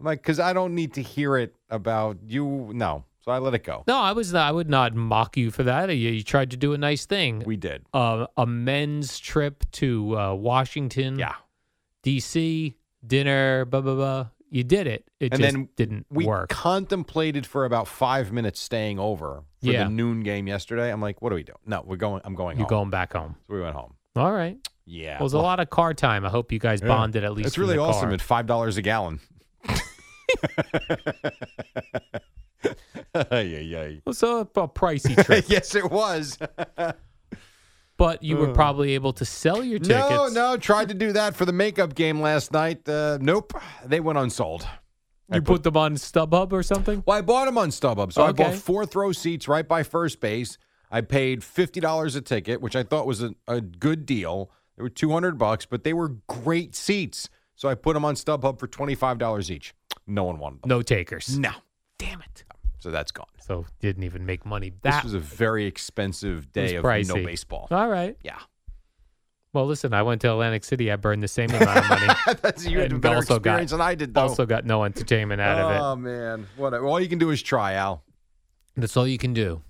like, because I don't need to hear it about you. No. So I let it go.
No, I was. I would not mock you for that. You, you tried to do a nice thing.
We did.
Uh, a men's trip to uh, Washington,
yeah,
D.C. dinner, blah blah blah. You did it. It
and
just
then
didn't
we
work.
contemplated for about five minutes staying over for
Yeah.
the noon game yesterday. I'm like, what are we doing? No, we're going. I'm going
You're
home.
going back home.
So we went home.
All right.
Yeah.
Well, it was a lot of car time. I hope you guys
Yeah.
bonded at least.
It's
in
really
the
awesome
car.
at five dollars a gallon. yeah, yeah.
So a pricey trip,
yes, it was.
but you were
Uh.
probably able to sell your tickets.
No, no. Tried to do that for the makeup game last night. Uh, nope, they went unsold.
You put them on StubHub or something.
Well, I bought them on StubHub, so I
Okay.
bought fourth row seats right by first base. I paid fifty dollars a ticket, which I thought was a, a good deal. They were two hundred bucks, but they were great seats. So I put them on StubHub for twenty five dollars each. No one wanted them.
No takers.
No.
Damn it.
So that's gone.
So didn't even make money. That
this was a very expensive day of
It was
no
pricey.
baseball.
All right.
Yeah.
Well, listen, I went to Atlantic City. I burned the same amount of money.
That's you had a
And
better
also got-
experience than I did though.
Also got no entertainment out of it.
Oh man, whatever. All you can do is try, Al.
That's all you can do.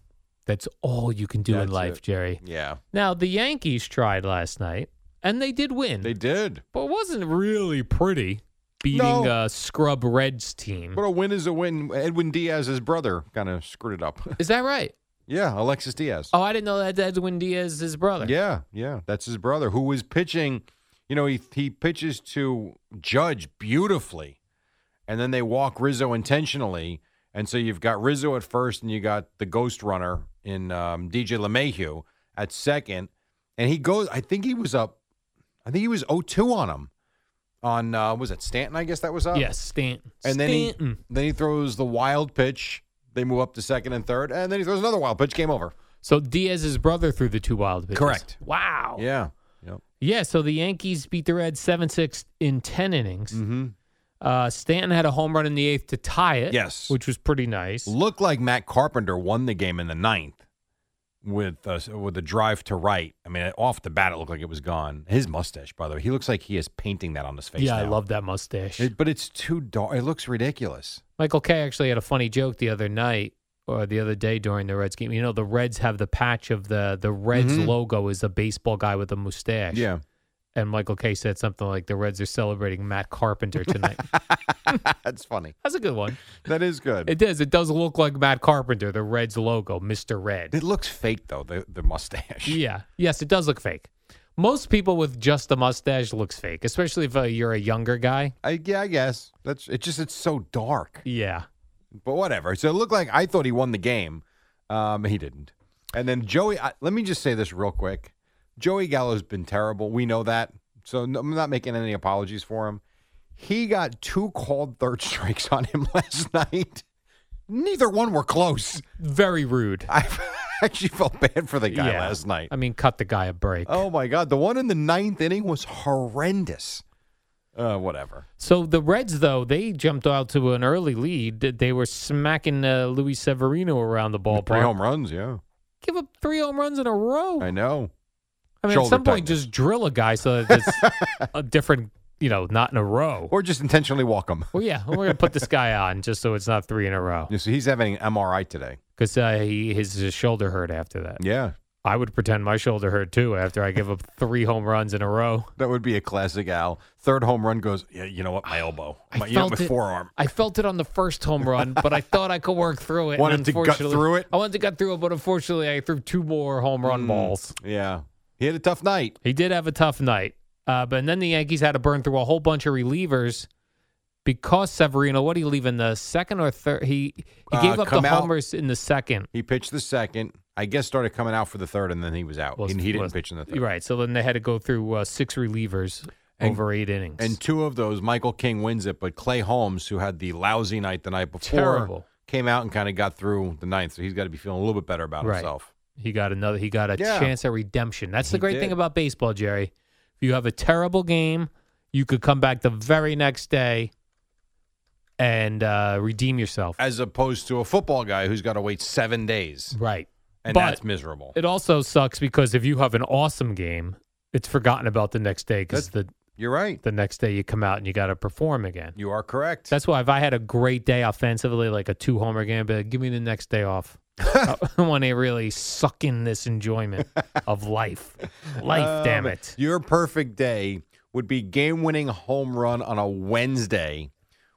That's all you can do in
That's
life,
it.
Jerry.
Yeah,
Now, the Yankees tried last night, and they did win.
they did.
but it wasn't really pretty beating
No.
a scrub Reds team.
But a win is a win. Edwin Diaz, his brother, kind of screwed it up.
Is that right?
yeah, Alexis Diaz.
Oh, I didn't know that Edwin Diaz is his brother.
Yeah, yeah, that's his brother who was pitching. You know, he he pitches to Judge beautifully, and then they walk Rizzo intentionally, and so you've got Rizzo at first, and you got the Ghost Runner in um, DJ LeMahieu at second, and he goes. I think he was up. I think he was 0-2 on him. On uh, was it Stanton? I guess that was up.
Yes, Stanton.
And then he, mm,
Stanton.
then he throws the wild pitch. They move up to second and third, and then he throws another wild pitch. Game over.
So Diaz's brother threw the two wild pitches.
Correct.
Wow.
Yeah.
Yeah, so the Yankees beat the Reds 7 6 in 10 innings.
Mm.
Mm-hmm. Uh, Stanton had a home run in the eighth to tie it.
Yes.
Which was pretty nice.
Looked like Matt Carpenter won the game in the ninth with uh, with a drive to right. I mean, off the bat, it looked like it was gone. His mustache, by the way, he looks like he is painting that on his face.
yeah, I
now.
love that mustache.
It, but it's too dark. It looks ridiculous.
Michael Kay actually had a funny joke the other night or the other day during the Reds game. You know, the Reds have the patch of the the Reds
Mhm.
logo is a baseball guy with a mustache.
Yeah.
And Michael Kay said something like, "The Reds are celebrating Matt Carpenter tonight."
That's funny.
That's a good one.
That is good.
It does. It does look like Matt Carpenter, the Reds logo, Mister Red.
It looks fake though. The the mustache.
Yeah. Yes, it does look fake. Most people with just a mustache looks fake, especially if uh, you're a younger guy.
I, yeah, I guess that's. It's just it's so dark.
Yeah.
But whatever. So it looked like I thought he won the game. Um, he didn't. And then Joey. I, let me just say this real quick. Joey Gallo's been terrible. We know that. So no, I'm not making any apologies for him. He got two called third strikes on him last night. Neither one were close.
Very rude.
I actually felt bad for the guy
Yeah.
last night.
I mean, cut the guy a break.
Oh my God! The one in the ninth inning was horrendous. Uh, whatever.
So the Reds, though, they jumped out to an early lead. They were smacking uh, Luis Severino around the ballpark.
Three home runs, yeah.
Give up three home runs in a row.
I know.
I mean, at
Shoulder
some point, just drill a guy so that it's a different, you know, not in a row.
Or just intentionally walk him.
Well, yeah, we're gonna put this guy on just so it's not three in a row
You see, he's having an MRI today.
because uh, he his, his shoulder hurt after that.
Yeah,
I would pretend my shoulder hurt too after I give up three home runs in a row.
that would be a classic Al. Third home run goes. Yeah, you know what? My elbow. My, you know, my forearm.
I felt it on the first home run, but I thought I could work through it. and
Wanted to gut
unfortunately-
through it?
I wanted to gut through it, but unfortunately, I threw two more home run
Mm,
balls.
Yeah, he had a tough night.
He did have a tough night, uh, but then the Yankees had to burn through a whole bunch of relievers because Severino. What did he leave in the second or third? He he
Uh,
gave up the
come out-
homers in the second.
He pitched the second. I guess started coming out for the third, and then he was out.
Was-
and he didn't
was-
pitch in the third.
You're right. So then they had to go through uh, six relievers
And-
over eight innings.
And two of those, Michael King wins it, but Clay Holmes, who had the lousy night the night before,
Terrible.
came out and kind of got through the ninth. So he's got to be feeling a little bit better about
Right.
himself.
He got another. He got a
Yeah.
chance at redemption. That's the
He
great thing
did.
about baseball, Jerry. If you have a terrible game, you could come back the very next day and uh, redeem yourself.
As opposed to a football guy who's got to wait seven days.
Right.
And
But-
that's miserable.
It also sucks because if you have an awesome game, it's forgotten about the next day because the
You're right.
the next day you come out and you got to perform again.
You are correct.
That's why if I had a great day offensively, like a two homer game, but give me the next day off. I want to really suck in this enjoyment of life. Life, damn
Um,
it.
Your perfect day would be game winning home run on a Wednesday,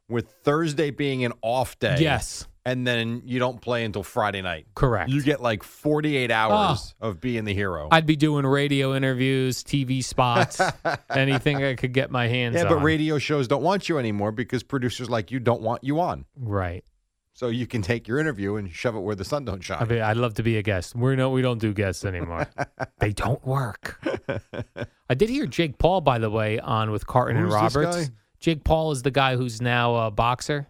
with Thursday being an off day.
Yes.
And then you don't play until Friday night.
Correct. Ah.
You get like 48 hours of being the hero.
I'd be doing radio interviews, TV spots, anything I could get my hands
yeah,
on.
but radio shows don't want you anymore because producers like you don't want you on.
Right.
So you can take your interview and shove it where the sun don't shine.
I mean, I'd love to be a guest. We no, we don't do guests anymore. they don't work. I did hear Jake Paul, by the way, on with Carton and
Who's this
Roberts.
guy?
Jake Paul is the guy who's now a boxer.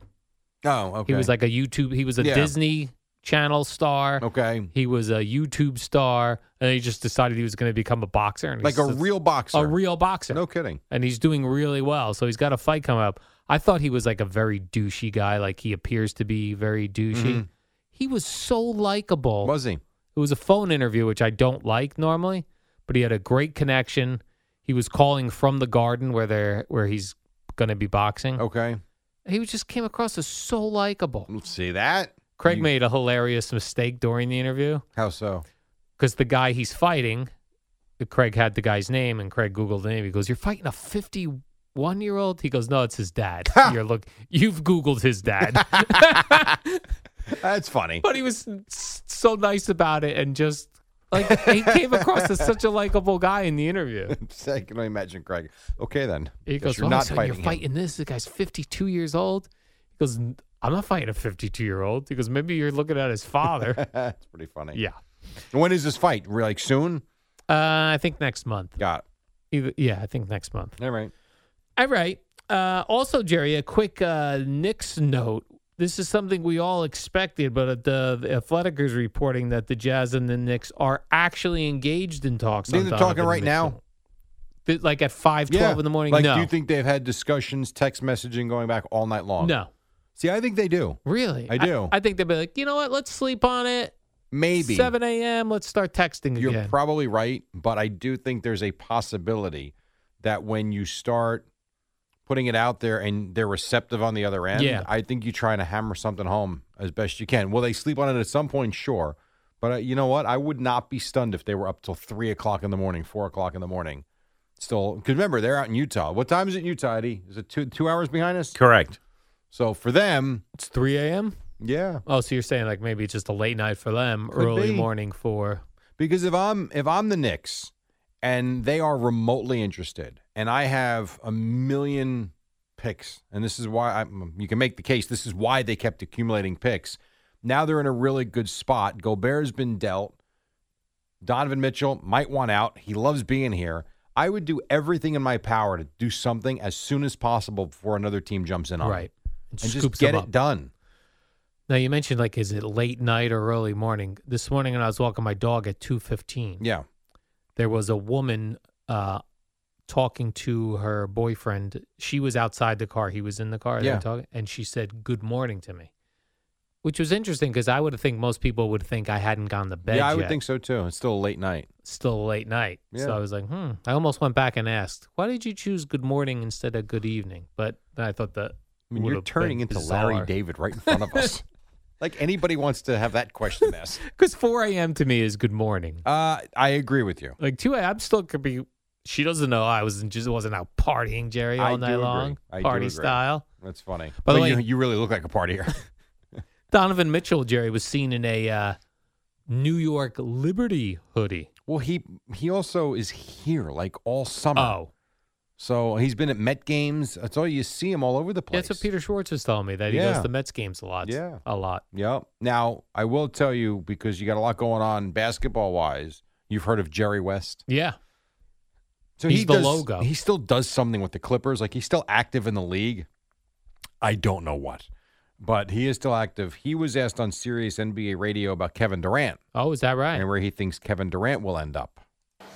oh, okay.
He was like a YouTube. He was a
Yeah.
Disney Channel star.
Okay.
He was a YouTube star, and he just decided he was going to become a boxer. And
Like
he's
a
just-
real boxer.
a real boxer.
No kidding.
and he's doing really well. So he's got a fight coming up. I thought he was like a very douchey guy, like he appears to be very douchey.
Mhm.
He was so likable.
Was he?
It was a phone interview, which I don't like normally, but he had a great connection. He was calling from the garden where they're where he's going to be boxing.
Okay.
He was- just came across as so likable.
See that?
Craig
You-
made a hilarious mistake during the interview
How so?
because the guy he's fighting, Craig had the guy's name, and Craig googled the name. He goes, "You're fighting a 51 year old." He goes, "No, it's his dad." You're look, you've googled his dad,
That's funny.
but he was s- so nice about it and just like he came across as such a likable guy in the interview.
I can only imagine Craig. Okay, then.
He
Guess
goes,
you're
"Well,
not
so
fighting.
you're
him."
fighting this. The guy's 52 years old." He goes, "N- I'm not fighting a 52 year old. He goes, maybe you're looking at his father.
That's pretty funny.
Yeah.
And when is this fight? Re- Like soon?
Uh, I think next month.
Got
Either, yeah, I think next month.
All right.
All right. Uh, also, Jerry, a quick uh, Knicks note. This is something we all expected, but the, the Athletic is reporting that the Jazz and the Knicks are actually engaged in talks.
Think
on
they're
Donovan
talking right
Mitchell. Th- Like at five twelve in the morning?
Like,
no.
do you think they've had discussions, text messaging going back all night long?
No.
See, I think they do.
Really?
I do.
I, think they'd be like, you know what? Let's sleep on it.
Maybe.
7 a.m. Let's start texting
You're
again.
probably right, but I do think there's a possibility that when you start putting it out there and they're receptive on the other end,
Yeah.
I think you try to hammer something home as best you can. Will they sleep on it at some point? Sure. But uh, you know what? I would not be stunned if they were up till 3 o'clock in the morning, 4 o'clock in the morning. Still, because remember, they're out in Utah. What time is it in Utah, Eddie? Is it two, two hours behind us?
Correct.
So for them,
it's 3 a.m.?
Yeah.
Oh, so you're saying like maybe it's just a late night for them,
Could
early
be.
morning for.
Because if I'm if I'm the Knicks and they are remotely interested, and I have a million picks, and this is why I'm, you can make the case. This is why they kept accumulating picks. Now they're in a really good spot. Gobert's been dealt. Donovan Mitchell might want out. He loves being here. I would do everything in my power to do something as soon as possible before another team jumps in on
Right.
it. And
scoops
just get
them
it
up.
done.
Now you mentioned like is it late night or early morning? This morning when I was walking my dog at two fifteen,
Yeah.
there was a woman uh, talking to her boyfriend. She was outside the car; he was in the car. they were
Yeah.
talking, and she said "Good morning" to me, which was interesting because I would think most people would think I hadn't gone to bed.
yeah, I would
yet.
think so too. It's still late night.
Still late night,
Yeah.
so I was like, hmm. I almost went back and asked, "Why did you choose good morning instead of good evening?" But I thought that
I mean,
would
you're
have
turning
been
into
bizarre.
Larry David right in front of us. like anybody wants to have that question asked.
Because 4 a.m. to me is good morning.
Uh, I agree with you.
Like 2 a.m. I'm still could be. She doesn't know I was just wasn't out partying, Jerry, all
I do
night
agree.
long,
I do
party
agree.
style.
That's funny.
By the
But you,
way-
you really look like a partier.
Donovan Mitchell, Jerry, was seen in a uh, New York Liberty hoodie.
well, he he also is here like all summer.
Oh.
So he's been at Met games. That's all you see him all over the place.
That's what Peter Schwartz was telling me that he goes
Yeah.
to Mets games a lot.
Yeah.
a lot.
Yep. Now I will tell you because you got a lot going on basketball wise. You've heard of Jerry West?
Yeah.
So
He's
he
the
does,
logo.
He still does something with the Clippers. Like he's still active in the league. I don't know what, but he is still active. He was asked on Sirius NBA Radio about Kevin Durant.
Oh, is that right?
And where he thinks Kevin Durant will end up.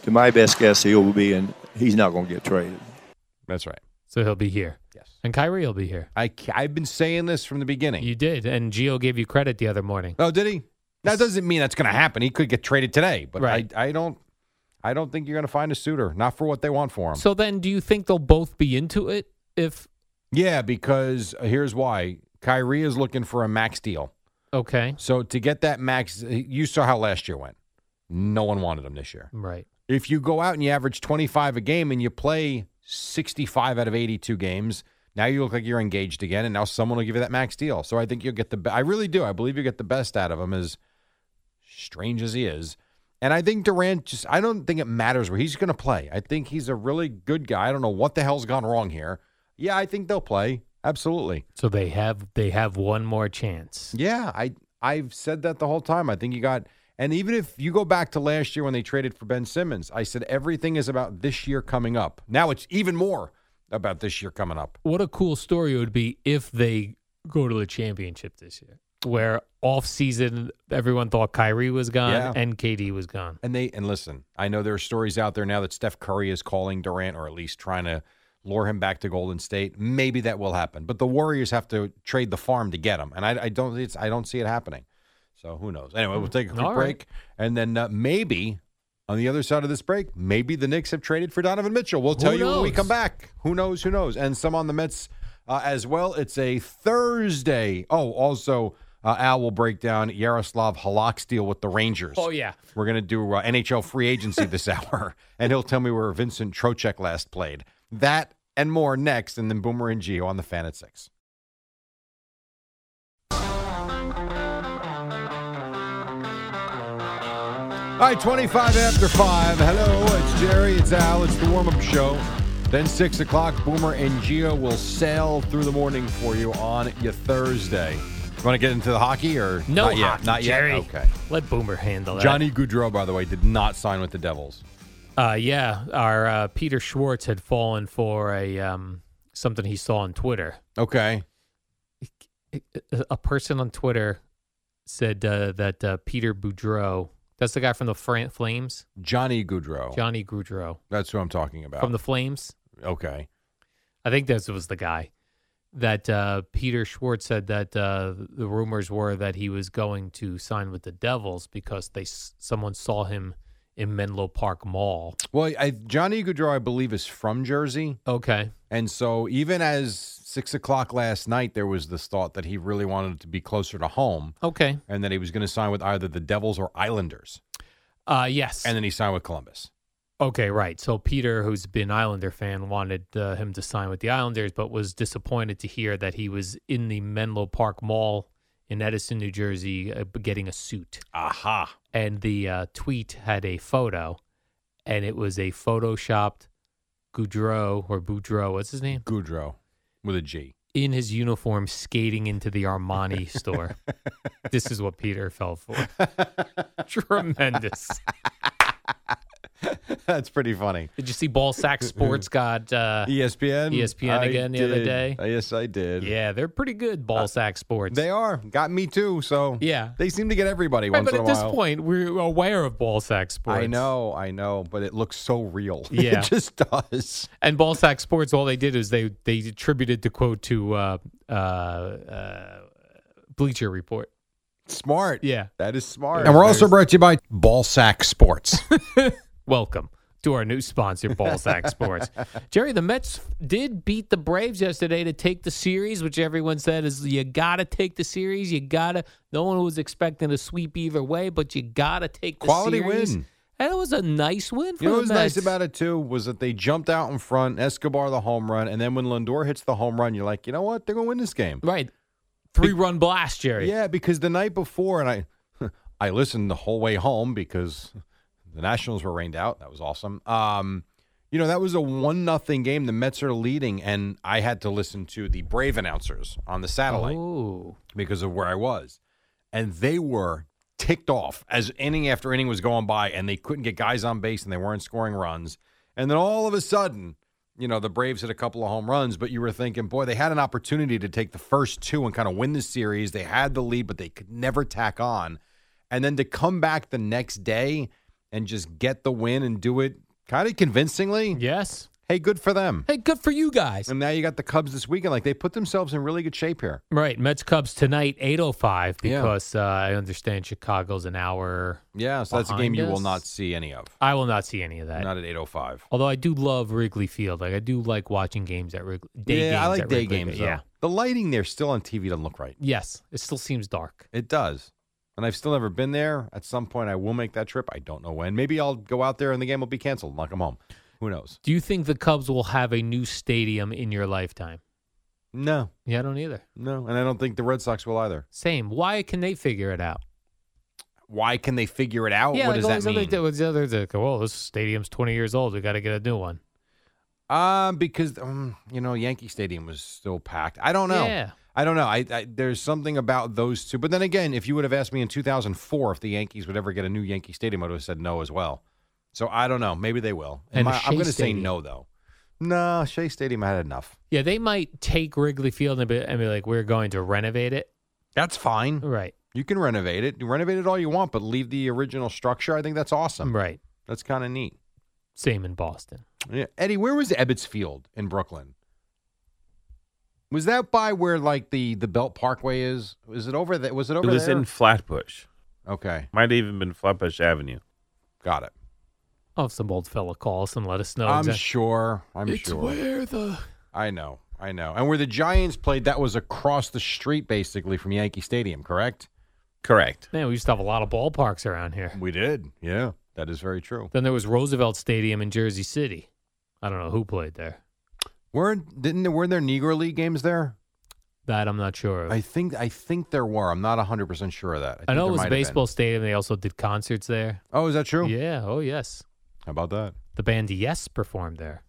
To my best guess, he will be, and he's not going to get traded.
That's right.
So he'll be here.
Yes.
And Kyrie will be here.
I I've been saying this from the beginning.
You did, and Gio gave you credit the other morning.
Oh, did he? That doesn't mean that's going to happen. He could get traded today, but
Right.
I, I don't. I don't think you're going to find a suitor, not for what they want for him.
So then, do you think they'll both be into it? If
yeah, because uh, here's why: Kyrie is looking for a max deal.
okay,
So to get that max, you saw how last year went. No one wanted him this year.
right?
If you go out and you average 25 a game and you play 65 out of 82 games, now you look like you're engaged again, and now someone will give you that max deal. So I think you'll get the. Be- I really do. I believe you will get the best out of him, as strange as he is. And I think Durant just. I don't think it matters where he's going to play. I think he's a really good guy. I don't know what the hell's gone wrong here. Yeah, I think they'll play. Absolutely.
So they have they have one more chance.
Yeah, I I've said that the whole time. I think you got and even if you go back to last year when they traded for Ben Simmons, I said everything is about this year coming up. Now it's even more about this year coming up.
What a cool story it would be if they go to the championship this year, where off season everyone thought Kyrie was gone
Yeah.
and KD was gone.
And they and listen, I know there are stories out there now that Steph Curry is calling Durant or at least trying to lure him back to Golden State. Maybe that will happen, but the Warriors have to trade the farm to get him, and I, I don't it's, I don't see it happening. So who knows? Anyway, we'll take a quick
All right.
break, and then uh, maybe on the other side of this break, maybe the Knicks have traded for Donovan Mitchell. We'll tell
Who
you when we
knows?
come back. Who knows? Who knows? And some on the Mets uh, as well. It's a Thursday. Oh, also. Uh, Al will break down Yaroslav Halak's deal with the Rangers.
Oh, yeah.
We're going to do uh, NHL free agency this hour, and he'll tell me where Vincent Trocek last played. That and more next, and then Boomer and Geo on the fan at six. All right, 25 after 5. Hello, it's Jerry, it's Al, it's the warm up show. Then 6 o'clock, Boomer and Gio will sail through the morning for you on your Thursday. You want to get into the hockey or
No
not yet?
hockey,
Not yet.
Jerry.
Okay.
Let Boomer handle that.
Johnny Goudreau, by the way, did not sign with the Devils.
Uh, yeah, our uh, Peter Schwartz had fallen for a um, something he saw on Twitter.
Okay.
A a person on Twitter said uh, that uh, Peter Boudreau, that's the guy from the Fran- Flames,
Johnny Goudreau.
Johnny Goudreau
That's who I'm talking about.
from the Flames.
okay.
I think this was the guy that uh, Peter Schwartz said that uh, the rumors were that he was going to sign with the Devils because they s- someone saw him in Menlo Park Mall.
Well, I, Johnny Gaudreau, I believe, is from Jersey.
Okay.
And so even as six o'clock last night, there was this thought that he really wanted to be closer to home
Okay.
and that he was going to sign with either the Devils or Islanders.
Uh, yes.
And then he signed with Columbus.
Okay, right. So Peter, who's been Islander fan, wanted uh, him to sign with the Islanders, but was disappointed to hear that he was in the Menlo Park Mall in Edison, New Jersey, uh, b- getting a suit.
Aha!
And the uh, tweet had a photo, and it was a photoshopped Goudreau or Boudreau. What's his name?
Goudreau, with a G.
In his uniform, skating into the Armani store. This is what Peter fell for. Tremendous.
That's pretty funny. E
Did you see Ball Sack Sports got uh,
ESPN?
ESPN
I
again the other
did.
day?
Yes, I did.
Yeah, they're pretty good ball sack sports.
Uh, They are. Got me too. So
Yeah.
they seem to get everybody
Right,
once
but
in a
at
while.
this point, we're aware of ball sack sports.
I know, I know, but it looks so real.
Yeah.
it just does.
And ball sack sports, all they did is they they attributed the quote to uh, uh, uh, Bleacher Report.
Smart.
Yeah.
That is smart.
And we're also
brought to you by Ballsack Sports.
Welcome to our new sponsor, Ball Sack Sports. Jerry, the Mets did beat the Braves yesterday to take the series, which everyone said is you gotta take the series. You gotta. No one was expecting a sweep either way, but you gotta take the
Quality
series.
win.
And it was a nice win for
You
the
know what was
Mets.
nice about it too was that they jumped out in front, Escobar the home run, and then when Lindor hits the home run, you're like, you know what, they're gonna win this game.
Right. Three run blast, Jerry.
Yeah, because the night before, and I, I listened the whole way home because the Nationals were rained out. That was awesome. Um, you know, that was a one nothing game. The Mets are leading, and I had to listen to the Brave announcers on the satellite
Oh.
because of where I was, and they were ticked off as inning after inning was going by, and they couldn't get guys on base, and they weren't scoring runs, and then all of a sudden. You know, the Braves hit a couple of home runs, but you were thinking, boy, they had an opportunity to take the first two and kind of win the series. They had the lead, but they could never tack on. And then to come back the next day and just get the win and do it kind of convincingly.
Yes.
Hey, good for them.
Hey, good for you guys.
And now you got the Cubs this weekend. Like they put themselves in really good shape here.
Right, Mets Cubs tonight, eight oh five.
Yeah.
Because uh, I understand Chicago's an hour.
Yeah, so that's a game
behind
you will
us.
not see any of.
I will not see any of that.
Not at 8:05.
Although I do love Wrigley Field. Like I do like watching games at Wrigley. Day
yeah,
games
I like
at
day
Wrigley
games.
Field.
though.
Yeah.
the lighting there still on TV doesn't look right.
Yes, it still seems dark.
It does. And I've still never been there. At some point, I will make that trip. I don't know when. Maybe I'll go out there and the game will be canceled and I'll come home. Who knows?
Do you think the Cubs will have a new stadium in your lifetime?
No,
Yeah, I don't either.
no. And I don't think the Red Sox will either.
Same. Why can they figure it out?
Why can they figure it out? Oh, what
like
does
all
that
these
mean?
other, these other, like, well, this stadium's twenty years old. We got to get a new one.
Um, because um, you know, Yankee Stadium was still packed. I don't know.
Yeah.
I don't know. I, I there's something about those two. But then again, if you would have asked me in 2004 if the Yankees would ever get a new Yankee Stadium, I would have said no as well. So I don't know. Maybe they will.
And
Am I,
a
am
Shea
going to say
Stadium.
no though. No, Shea Stadium I had enough.
Yeah, they might take Wrigley Field and be, and be like, we're going to renovate it.
That's fine.
Right.
You can renovate it. You renovate it all you want, but leave the original structure. I think that's awesome.
Right.
That's kind of neat.
Same in Boston.
Yeah. Eddie, where was Ebbets Field in Brooklyn? Was that by where like the the Belt Parkway is? Was it over there? Was it
It
over
was
there?
in Flatbush.
okay.
Might have even been Flatbush Avenue.
Got it.
Oh, if some old fella calls and let us know.
I'm
exact-
sure. I'm
It's
sure.
where the-
I know. I know. And where the Giants played, that was across the street basically from Yankee Stadium, correct?
Correct.
Man, we used to have a lot of ballparks around here.
We did. Yeah. That is very true.
Then there was Roosevelt Stadium in Jersey City. I don't know who played there.
Weren't didn't there weren't there Negro League games there?
That I'm not sure of.
I think I think there were. I'm not 100% sure of that.
I
think
know
there
it was
might have been.
baseball stadium. They also did concerts there.
Oh, is that true?
Yeah. Oh, yes.
How about that?
The band Yes performed there.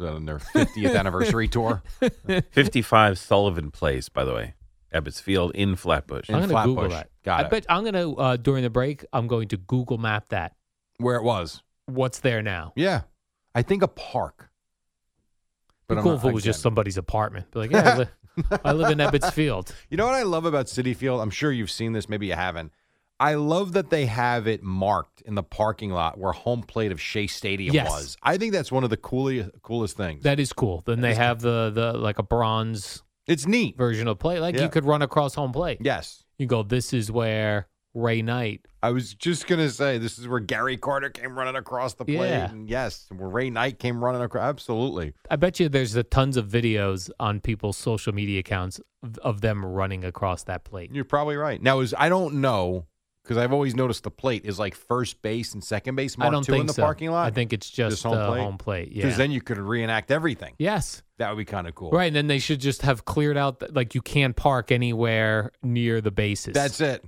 on their 50th anniversary tour.
55 Sullivan Place, by the way. Ebbets Field in Flatbush.
I'm going to Google that.
Got
I
it.
bet I'm going to uh, during the break. I'm going to Google Map that
where it was.
What's there now?
Yeah, I think a park.
Be
I'm
cool
not-
if it was
again-
just somebody's apartment. Be like, yeah, I, li- I live in Ebbets Field.
You know what I love about City Field? I'm sure you've seen this, maybe you haven't. I love that they have it marked in the parking lot where home plate of Shea Stadium
Yes.
was. I think that's one of the coolest coolest things.
That is cool. Then they have the the like a bronze.
It's neat
version of play. Like
Yeah.
you could run across home plate.
Yes.
You go. This is where Ray Knight.
I was just gonna say this is where Gary Carter came running across the plate.
Yeah.
And yes, where Ray Knight came running across. Absolutely.
I bet you there's a tons of videos on people's social media accounts of, of them running across that plate.
You're probably right. Now is I don't know because I've always noticed the plate is like first base and second base marked
I don't
two
think
in the
so.
parking lot.
I think it's just, uh, home plate. Yeah.
Because then you could reenact everything.
Yes.
That would be kind of cool.
Right, and then they should just have cleared out that like you can't park anywhere near the bases.
That's it.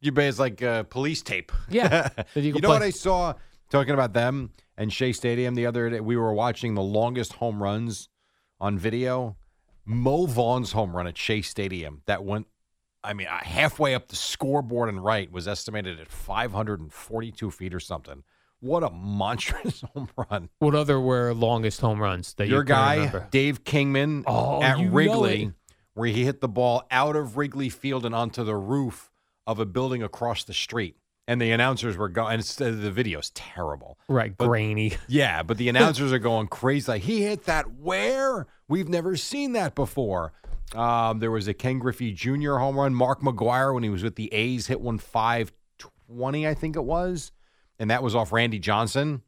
You ba- it's like uh, police tape.
Yeah.
you
can
know what
play-
I saw talking about them and Shea Stadium the other day? We were watching the longest home runs on video. Mo Vaughn's home run at Shea Stadium that went, I mean, uh, halfway up the scoreboard and right was estimated at 542 feet or something. What a monstrous home run.
What other were longest home runs that
Your
you can
guy,
remember?
Dave Kingman,
Oh,
at
you know
Wrigley,
it.
where he hit the ball out of Wrigley Field and onto the roof of a building across the street. And the announcers were going, and it's, uh, the video's terrible.
Right, grainy.
Yeah, but the announcers are going crazy. Like, he hit that where? We've never seen that before. Um, there was a Ken Griffey Jr. home run. Mark McGuire, when he was with the A's, hit one 520, I think it was. And that was off Randy Johnson,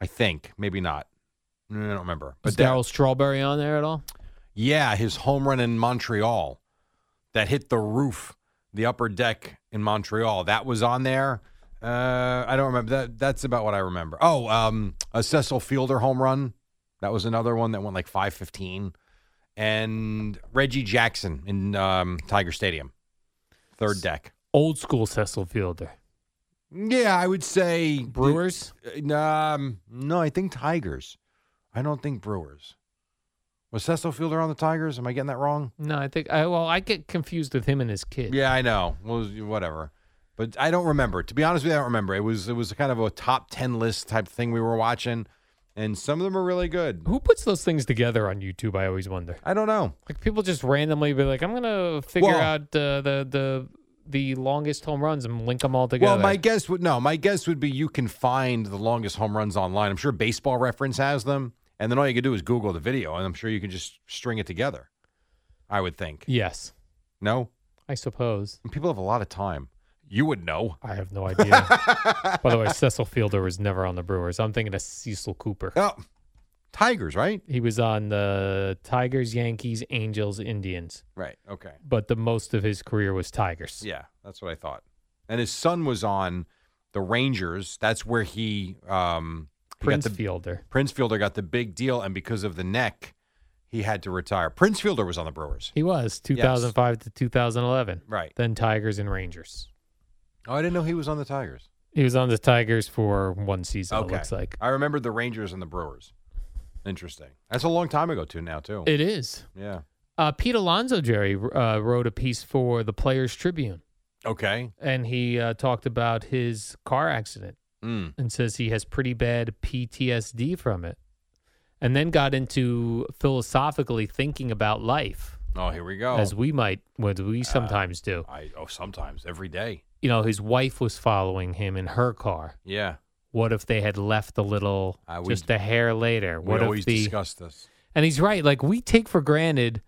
I think. Maybe not. I don't remember.
Was
But that-
Daryl Strawberry on there at all?
yeah, his home run in Montreal that hit the roof, the upper deck in Montreal. That was on there. Uh, I don't remember that. That's about what I remember. Oh, um, a Cecil Fielder home run. That was another one that went like five fifteen, and Reggie Jackson in um, Tiger Stadium, third deck.
Old school Cecil Fielder.
Yeah, I would say
Brewers.
um, no, I think Tigers. I don't think Brewers. Was Cecil Fielder on the Tigers? Am I getting that wrong?
No, I think I well, I get confused with him and his kid.
Yeah, I know. Well, whatever. But I don't remember. To be honest with you, I don't remember. It was it was kind of a top ten list type thing we were watching, and some of them are really good.
Who puts those things together on YouTube? I always wonder.
I don't know.
Like people just randomly be like, I'm gonna figure
Well-
out uh, the the the longest home runs and link them all together.
Well, my guess would no. My guess would be you can find the longest home runs online. I'm sure Baseball Reference has them, and then all you can do is Google the video, and I'm sure you can just string it together. I would think.
yes,
No,
I suppose.
people have a lot of time. You would know.
I have no idea. By the way, Cecil Fielder was never on the Brewers. I'm thinking of Cecil Cooper.
Oh, Tigers, right?
He was on the Tigers, Yankees, Angels, Indians.
Right. Okay.
But the most of his career was Tigers.
Yeah, that's what I thought. And his son was on the Rangers. That's where he um he got
Prince
the-
Fielder.
Prince Fielder got the big deal, and because of the neck, he had to retire. Prince Fielder was on the Brewers.
He was 2005 to 2011.
Right.
Then Tigers and Rangers.
Oh, I didn't know he was on the Tigers.
He was on the Tigers for one season.
Okay,
It looks like
I remembered the Rangers and the Brewers. Interesting. That's a long time ago too. Now too.
it is.
Yeah.
Uh, Pete Alonso Jerry uh, wrote a piece for the Players Tribune,
Okay.
and he uh, talked about his car accident
Mm.
and says he has pretty bad PTSD from it, and then got into philosophically thinking about life
Oh, Uh. here we go.
as we might, what we sometimes do.
I oh sometimes every day.
You know, his wife was following him in her car.
Yeah.
What if they had left a little,
Uh, we-
just a hair later?
We
What if
always
the-
discuss this.
And he's right. Like we take for granted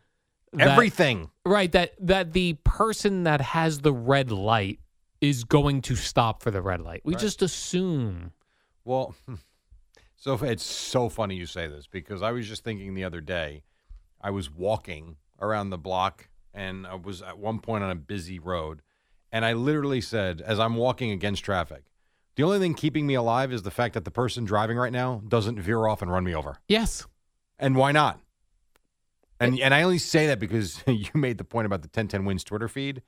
that-
Everything.
Right. That that the person that has the red light is going to stop for the red light. We
Right.
just assume.
Well, so it's so funny you say this because I was just thinking the other day. I was walking around the block and I was at one point on a busy road and I literally said as I'm walking against traffic, the only thing keeping me alive is the fact that the person driving right now doesn't veer off and run me over.
Yes.
And why not? And and I only say that because you made the point about the 1010 Wins Twitter feed.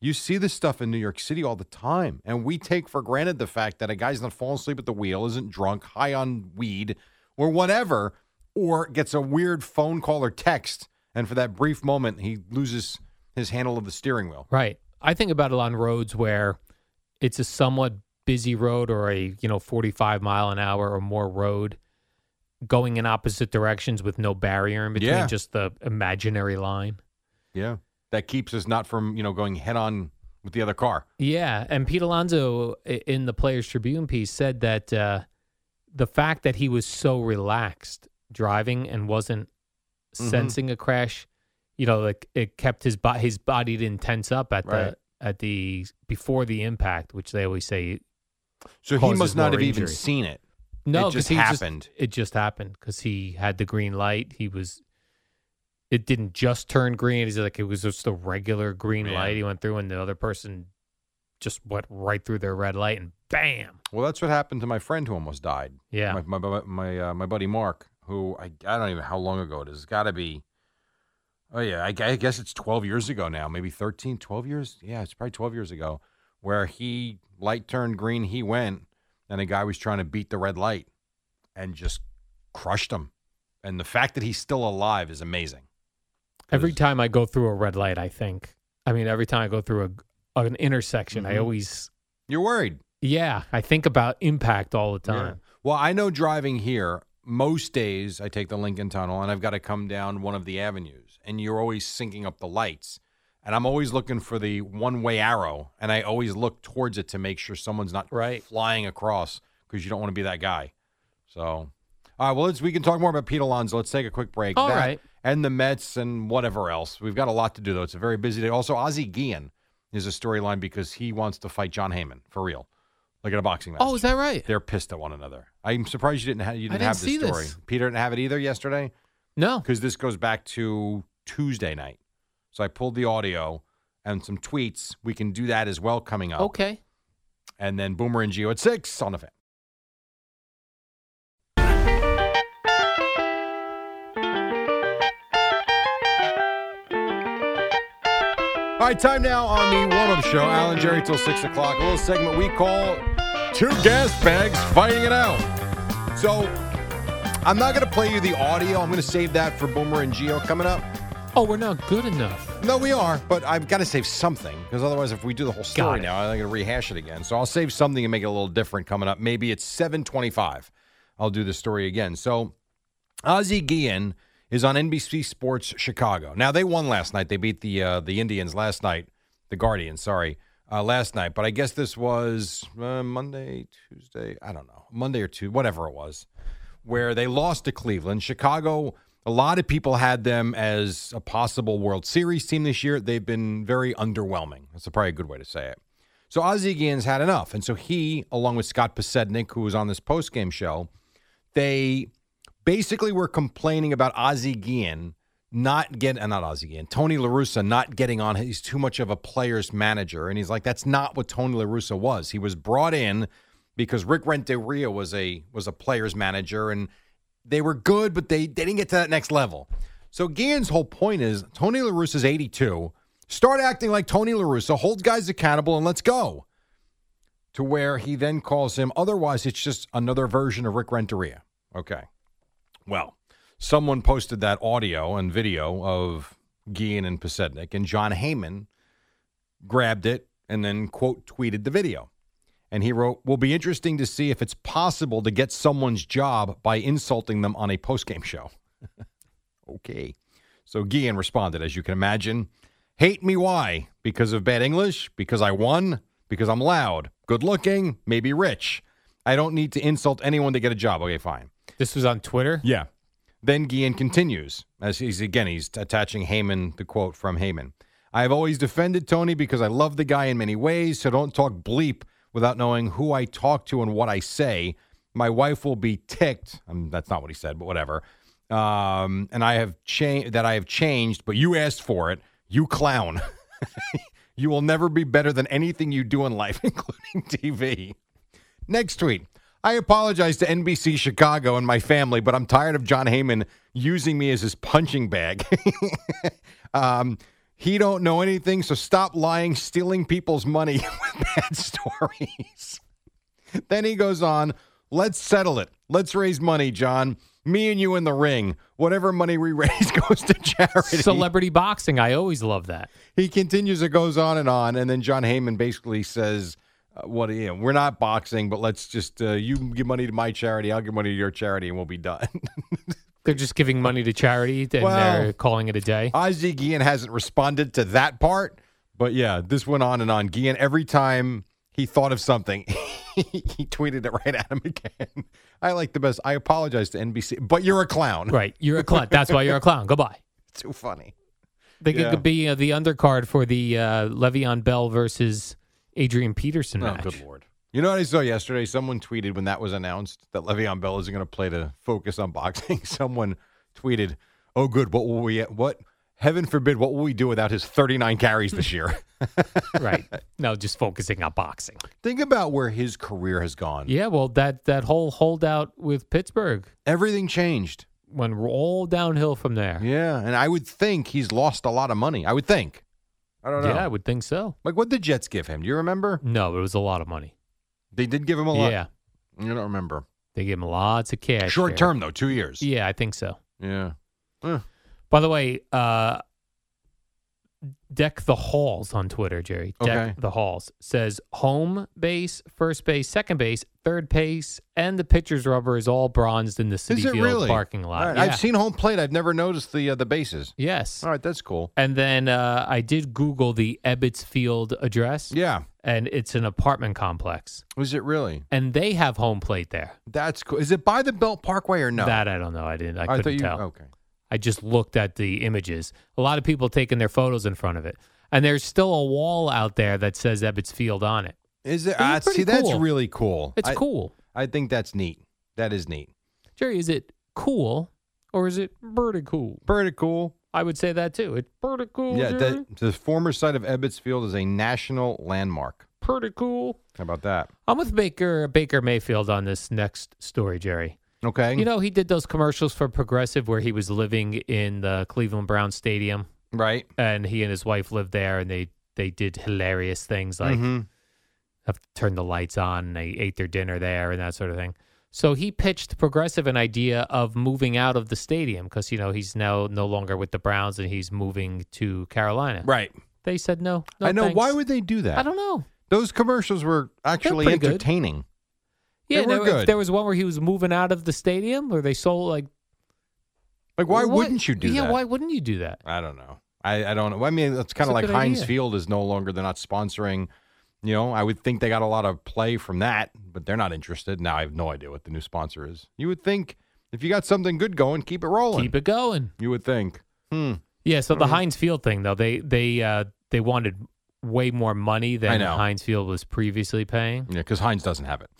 You see this stuff in New York City all the time, and we take for granted the fact that a guy's not falling asleep at the wheel, isn't drunk, high on weed, or whatever. or gets a weird phone call or text, and for that brief moment, he loses his handle of the steering wheel.
Right. I think about it on roads where it's a somewhat busy road or a, you know, 45 mile an hour or more road going in opposite directions with no barrier in between,
Yeah.
just the imaginary line.
Yeah. That keeps us not from, you know, going head on with the other car.
Yeah, and Pete Alonso i- in the Players Tribune piece said that uh, the fact that he was so relaxed driving and wasn't
Mhm.
sensing a crash, you know, like it kept his body his body didn't tense up at
Right.
the at the before the impact, which they always say.
So he
causes
must
more
not have even
injury.
seen it.
No,
It
'cause
just
he
happened.
it just happened because he had the green light. He was. It didn't just turn green. He's like it was just a regular green
Yeah.
light. He went through, and the other person just went right through their red light and bam.
Well, that's what happened to my friend who almost died.
Yeah.
My my my uh, my buddy Mark, who I, I don't even know how long ago it is. It's got to be. Oh yeah, I, gu- I guess it's 12 years ago now, maybe 13, 12 years. Yeah, it's probably 12 years ago where he light turned green, he went, and a guy was trying to beat the red light and just crushed him. And the fact that he's still alive is amazing.
Every time I go through a red light, I think. I mean, every time I go through a an intersection, I
Mhm.
always.
You're worried.
Yeah, I think about impact all the time.
Yeah. Well, I know driving here, most days I take the Lincoln Tunnel and I've got to come down one of the avenues, and you're always syncing up the lights. And I'm always looking for the one way arrow, and I always look towards it to make sure someone's not flying across because you don't want to be that guy. So, all right, well, let's, we can talk more about Pete Alonso. Let's take a quick break.
All
That
right.
And the Mets and whatever else. We've got a lot to do, though. It's a very busy day. Also, Ozzie Guillen is a storyline because he wants to fight John Heyman for real, like in a boxing match.
Oh, is that right?
They're pissed at one another. I'm surprised you didn't have you
I
didn't,
didn't
have this
see this.
story. Peter didn't have it either yesterday.
No,
because this goes back to Tuesday night. So I pulled the audio and some tweets. We can do that as well coming up.
Okay.
And then Boomer and Geo at six on the fan. All right, time now on the warm up show. Alan Jerry till six o'clock. A little segment we call Two Gas Bags Fighting It Out. So I'm not going to play you the audio. I'm going to save that for Boomer and Geo coming up.
Oh, we're not good enough.
No, we are, but I've got to save something because otherwise, if we do the whole
Got
story
it.
now, I'm going to rehash it again. So I'll save something and make it a little different coming up. Maybe it's 725. I'll do the story again. So Ozzie Guillen is on NBC Sports Chicago. Now they won last night. They beat the uh, the Indians last night, the Guardians. Sorry, uh, last night. But I guess this was uh, Monday, Tuesday. I don't know, Monday or two, whatever it was, where they lost to Cleveland. Chicago. A lot of people had them as a possible World Series team this year. They've been very underwhelming. That's probably a good way to say it. So Ozzie Guillen's had enough, and so he, along with Scott Pasednik, who was on this postgame show, they basically were complaining about Ozzie Guillen not getting, not Ozzie Guillen, Tony LaRussa not getting on. He's too much of a player's manager. And he's like, that's not what Tony LaRussa was. He was brought in because Rick Renteria was a was a player's manager and they were good, but they, they didn't get to that next level. So Guillen's whole point is Tony LaRussa's 82. Start acting like Tony LaRussa, hold guys accountable, and let's go. To where he then calls him, otherwise, it's just another version of Rick Renteria. Okay. Well, someone posted that audio and video of Guillen and Pasednik, and John Heyman grabbed it and then quote tweeted the video. And he wrote, Will be interesting to see if it's possible to get someone's job by insulting them on a postgame show. okay. So Guillen responded, as you can imagine, hate me why? Because of bad English? Because I won? Because I'm loud, good looking, maybe rich. I don't need to insult anyone to get a job. Okay, fine.
This was on Twitter?
Yeah. Then Guillen continues, as he's again, he's attaching Heyman the quote from Heyman. I have always defended Tony because I love the guy in many ways, so don't talk bleep without knowing who I talk to and what I say. My wife will be ticked. Um, that's not what he said, but whatever. Um, and I have changed that I have changed, but you asked for it. You clown. you will never be better than anything you do in life, including TV. Next tweet. I apologize to NBC Chicago and my family, but I'm tired of John Heyman using me as his punching bag. um, he don't know anything, so stop lying, stealing people's money with bad stories. then he goes on, let's settle it. Let's raise money, John. me and you in the ring. Whatever money we raise goes to charity.
Celebrity boxing. I always love that.
He continues. It goes on and on, and then John Heyman basically says, uh, "What? You know, we're not boxing, but let's just uh, you give money to my charity. I'll give money to your charity, and we'll be done."
They're just giving money to charity and
Well-
they're calling it a day.
Ozzie Guillen hasn't responded to that part, but yeah, this went on and on. Guillen, every time he thought of something, he tweeted it right at him again. I like the best. I apologize to NBC, but you're a clown.
Right. You're a clown. That's why you're a clown. Goodbye.
Too funny.
They
Yeah.
could be uh, the undercard for the uh, Le'Veon Bell versus Adrian Peterson
Oh,
match.
good lord! You know what I saw yesterday? Someone tweeted when that was announced that Le'Veon Bell isn't going to play to focus on boxing. Someone tweeted, "Oh, good. What will we? What heaven forbid? What will we do without his 39 carries this year?"
right. No, just focusing on boxing.
Think about where his career has gone.
Yeah, well, that that whole holdout with Pittsburgh,
everything changed.
Went all downhill from there.
Yeah, and I would think he's lost a lot of money. I would think. I don't know.
Yeah, I would think so.
Like, what did the Jets give him? Do you remember?
No, it was a lot of money.
They did give him a lot.
Yeah.
I don't remember.
They gave him lots of cash.
Short
there.
term though, two years.
Yeah, I think so.
Yeah.
By the way, uh, Deck the Halls on Twitter, Jerry. Deck
Okay.
the Halls says home base, first base, second base, third base, and the pitcher's rubber is all bronzed in the City
Is it
Field
really
parking lot.
All right,
Yeah.
I've seen home plate. I've never noticed the uh, the bases.
Yes.
All right, that's cool.
And then uh, I did Google the Ebbets Field address.
Yeah.
And it's an apartment complex.
Was it really?
And they have home plate there.
That's cool. Is it by the Belt Parkway or no?
That I don't know. I didn't. I
I
couldn't
thought you- oh,
tell.
okay.
I just looked at the images. A lot of people taking their photos in front of it, and there's still a wall out there that says Ebbets Field on it.
Is it?
This is
Ah,
pretty
see, that's
cool.
really cool.
It's
I-
cool,
I think that's neat. That is neat.
Jerry. Is it cool or is it pretty cool?
Pretty cool.
I would say that too. It's pretty cool.
yeah,
Jerry.
that, the former site of Ebbets Field is a national landmark.
pretty cool.
How about that?
I'm with Baker Baker Mayfield on this next story, Jerry.
Okay.
You know, he did those commercials for Progressive where he was living in the Cleveland Browns stadium,
right?
And he and his wife lived there, and they they did hilarious things like
Mhm.
have to turn the lights on, and they ate their dinner there, and that sort of thing. So he pitched Progressive an idea of moving out of the stadium because you know he's now no longer with the Browns and he's moving to Carolina.
Right.
They said no. no
I know.
thanks.
Why would they do that?
I don't know.
Those commercials were actually
pretty good.
entertaining. They
Yeah,
were
there,
good.
there was one where he was moving out of the stadium, or they sold like
Like, why
What-
wouldn't you do
yeah,
that?
why wouldn't you do that?
I don't know. I, I don't know. I mean, it's
It's
kind
a
of like
good
Heinz
idea.
Field is no longer, they're not sponsoring. You know, I would think they got a lot of play from that, but they're not interested. Now I have no idea what the new sponsor is. You would think if you got something good going, keep it rolling.
Keep it going.
You would think. Hmm.
Yeah, so the Heinz Field thing though, they they uh, they wanted way more money
I
than
know.
Heinz Field was previously paying.
Yeah, because Heinz doesn't have it.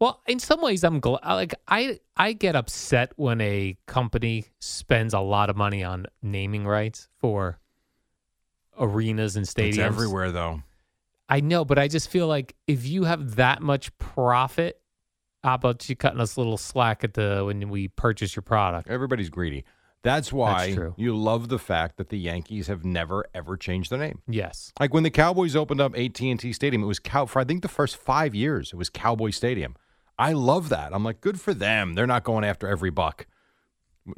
Well, in some ways, I'm glad. Like I I get upset when a company spends a lot of money on naming rights for arenas and stadiums
It's everywhere, though.
I know, but I just feel like if you have that much profit, how about you cutting us a little slack at the when we purchase your product?
Everybody's greedy. That's why
true.
you love the fact that the Yankees have never ever changed their name.
Yes.
Like when the Cowboys opened up AT&T Stadium, it was Cow for I think the first 5 years it was Cowboy Stadium. I love that. I'm like good for them. They're not going after every buck.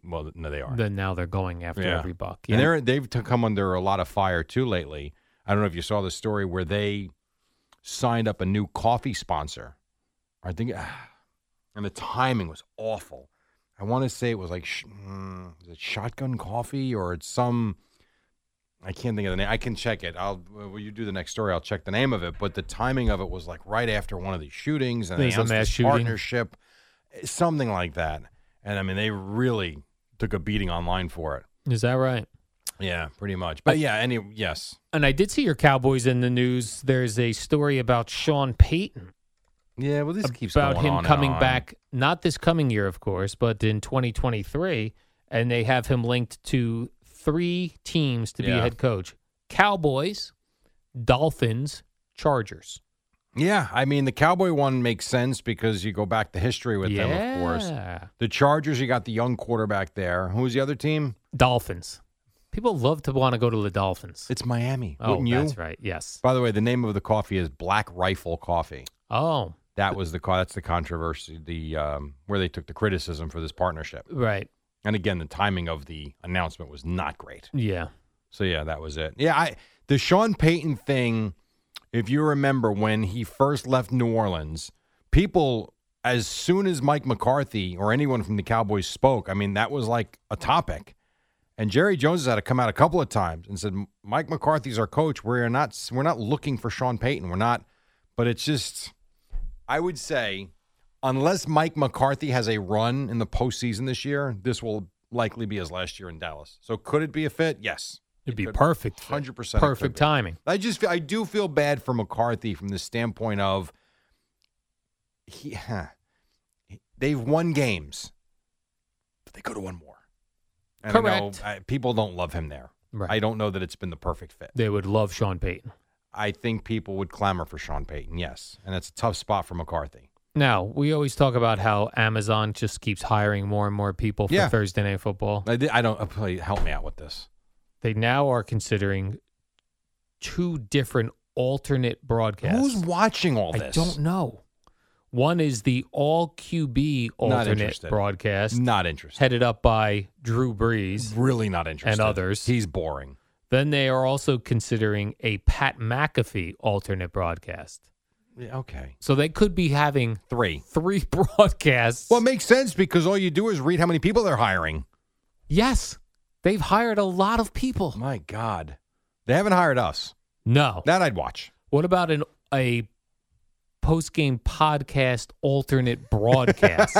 Well, no they are.
Then now they're going after every buck.
And they're they've t- come under a lot of fire too lately. I don't know if you saw the story where they signed up a new coffee sponsor. I think ah, and the timing was awful. I want to say it was like sh- mm, is it Shotgun Coffee or it's some I can't think of the name. I can check it. I'll will you do the next story? I'll check the name of it. But the timing of it was like right after one of these shootings and they
There's a
announced
mass
this
shooting.
partnership, something like that. And I mean, they really took a beating online for it.
Is that right?
Yeah, pretty much. But yeah, any yes,
And I did see your Cowboys in the news. There's a story about Sean Payton.
Yeah, well, this keeps
about
going
him
on and
coming
on.
back, not this coming year, of course, but in 2023, and they have him linked to three teams to be
Yeah.
head coach: Cowboys, Dolphins, Chargers.
yeah. I mean, the Cowboy one makes sense because you go back to history with them, of
Yeah.
course. The Chargers, you got the young quarterback there. Who's the other team?
Dolphins. People love to want to go to the Dolphins.
It's Miami.
Oh,
Wouldn't you?
that's right. Yes.
By the way, the name of the coffee is Black Rifle Coffee.
Oh,
That was the co- that's the controversy, the um, where they took the criticism for this partnership.
Right.
And again, the timing of the announcement was not great.
Yeah.
So yeah, that was it. Yeah, I the Sean Payton thing, if you remember when he first left New Orleans, people as soon as Mike McCarthy or anyone from the Cowboys spoke, I mean, that was like a topic. And Jerry Jones had to come out a couple of times and said, "Mike McCarthy's our coach. We're not we're not looking for Sean Payton. We're not." But it's just, I would say, unless Mike McCarthy has a run in the postseason this year, this will likely be his last year in Dallas. So could it be a fit? Yes,
It'd be perfect.
Hundred percent,
Perfect timing.
I just I do feel bad for McCarthy from the standpoint of he they've won games, but they could have won more. And I know,
Correct.
I people don't love him there.
Right.
I don't know that it's been the perfect fit.
They would love Sean Payton.
I think people would clamor for Sean Payton. Yes, and that's a tough spot for McCarthy.
Now, we always talk about how Amazon just keeps hiring more and more people for
Yeah.
Thursday Night Football.
I, di- I don't. uh, Please help me out with this.
They now are considering two different alternate broadcasts.
Who's watching all
I
this?
don't know. One is the all QB alternate
interested.
broadcast.
Not interested.
Headed up by Drew Brees.
Really not interested.
And others.
He's boring.
Then they are also considering a Pat McAfee alternate broadcast.
Yeah, okay.
So they could be having
three
three broadcasts.
Well, it makes sense because all you do is read how many people they're hiring.
Yes. They've hired a lot of people.
My God. They haven't hired us.
No.
That I'd watch.
What about an a post game podcast alternate broadcast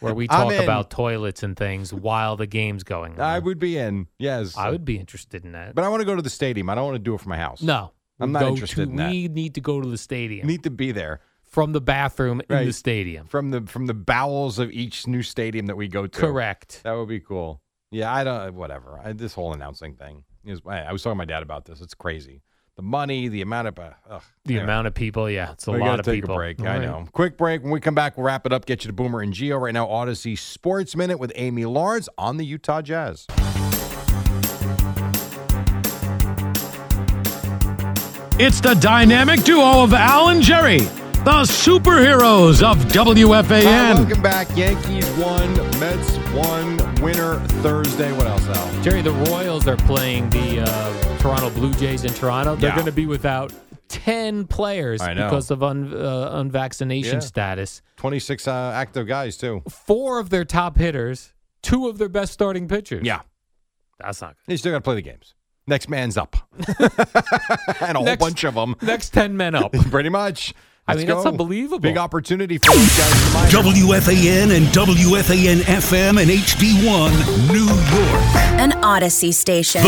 where we
I'm
talk
in.
about toilets and things while the game's going on?
I would be in. Yes.
Mm-hmm. I would be interested in that.
But I want to go to the stadium. I don't want to do it from my house.
No,
I'm not
Go
interested
to-
in that.
We need to go to the stadium
Need to be there
from the bathroom in the
Right.
stadium.
from the from the bowels of each new stadium that we go to.
Correct.
That would be cool. Yeah, I don't. Whatever. I, this whole announcing thing is. I, I was talking to my dad about this. It's crazy. The money, the amount of. Uh, ugh.
The
Anyway.
amount of people, yeah, it's a
we
lot
gotta
of
take
people.
a break.
All
I
right.
know. Quick break. When we come back, we'll wrap it up. Get you to Boomer and Geo right now. Odyssey Sports Minute with Amy Lawrence on the Utah Jazz.
It's the dynamic duo of Al and Jerry, the superheroes of
Hi,
WFAN.
welcome back. Yankees won. Mets won. Winner Thursday. What else, Al?
Jerry, the Royals are playing the uh, Toronto Blue Jays in Toronto. They're
Yeah.
going to be without 10 players
I know.
because of un, uh, unvaccination
Yeah.
status.
Twenty-six uh, active guys too.
Four of their top hitters, two of their best starting pitchers.
Yeah,
That's not
they still got to play the games. Next man's up, and a whole
Next-
bunch of them.
good. Next 10 men up.
Pretty much.
I
Let's
mean,
go.
that's unbelievable.
Big opportunity for these guys. Tonight.
WFAN and WFAN FM and HD1, New York.
An Odyssey station.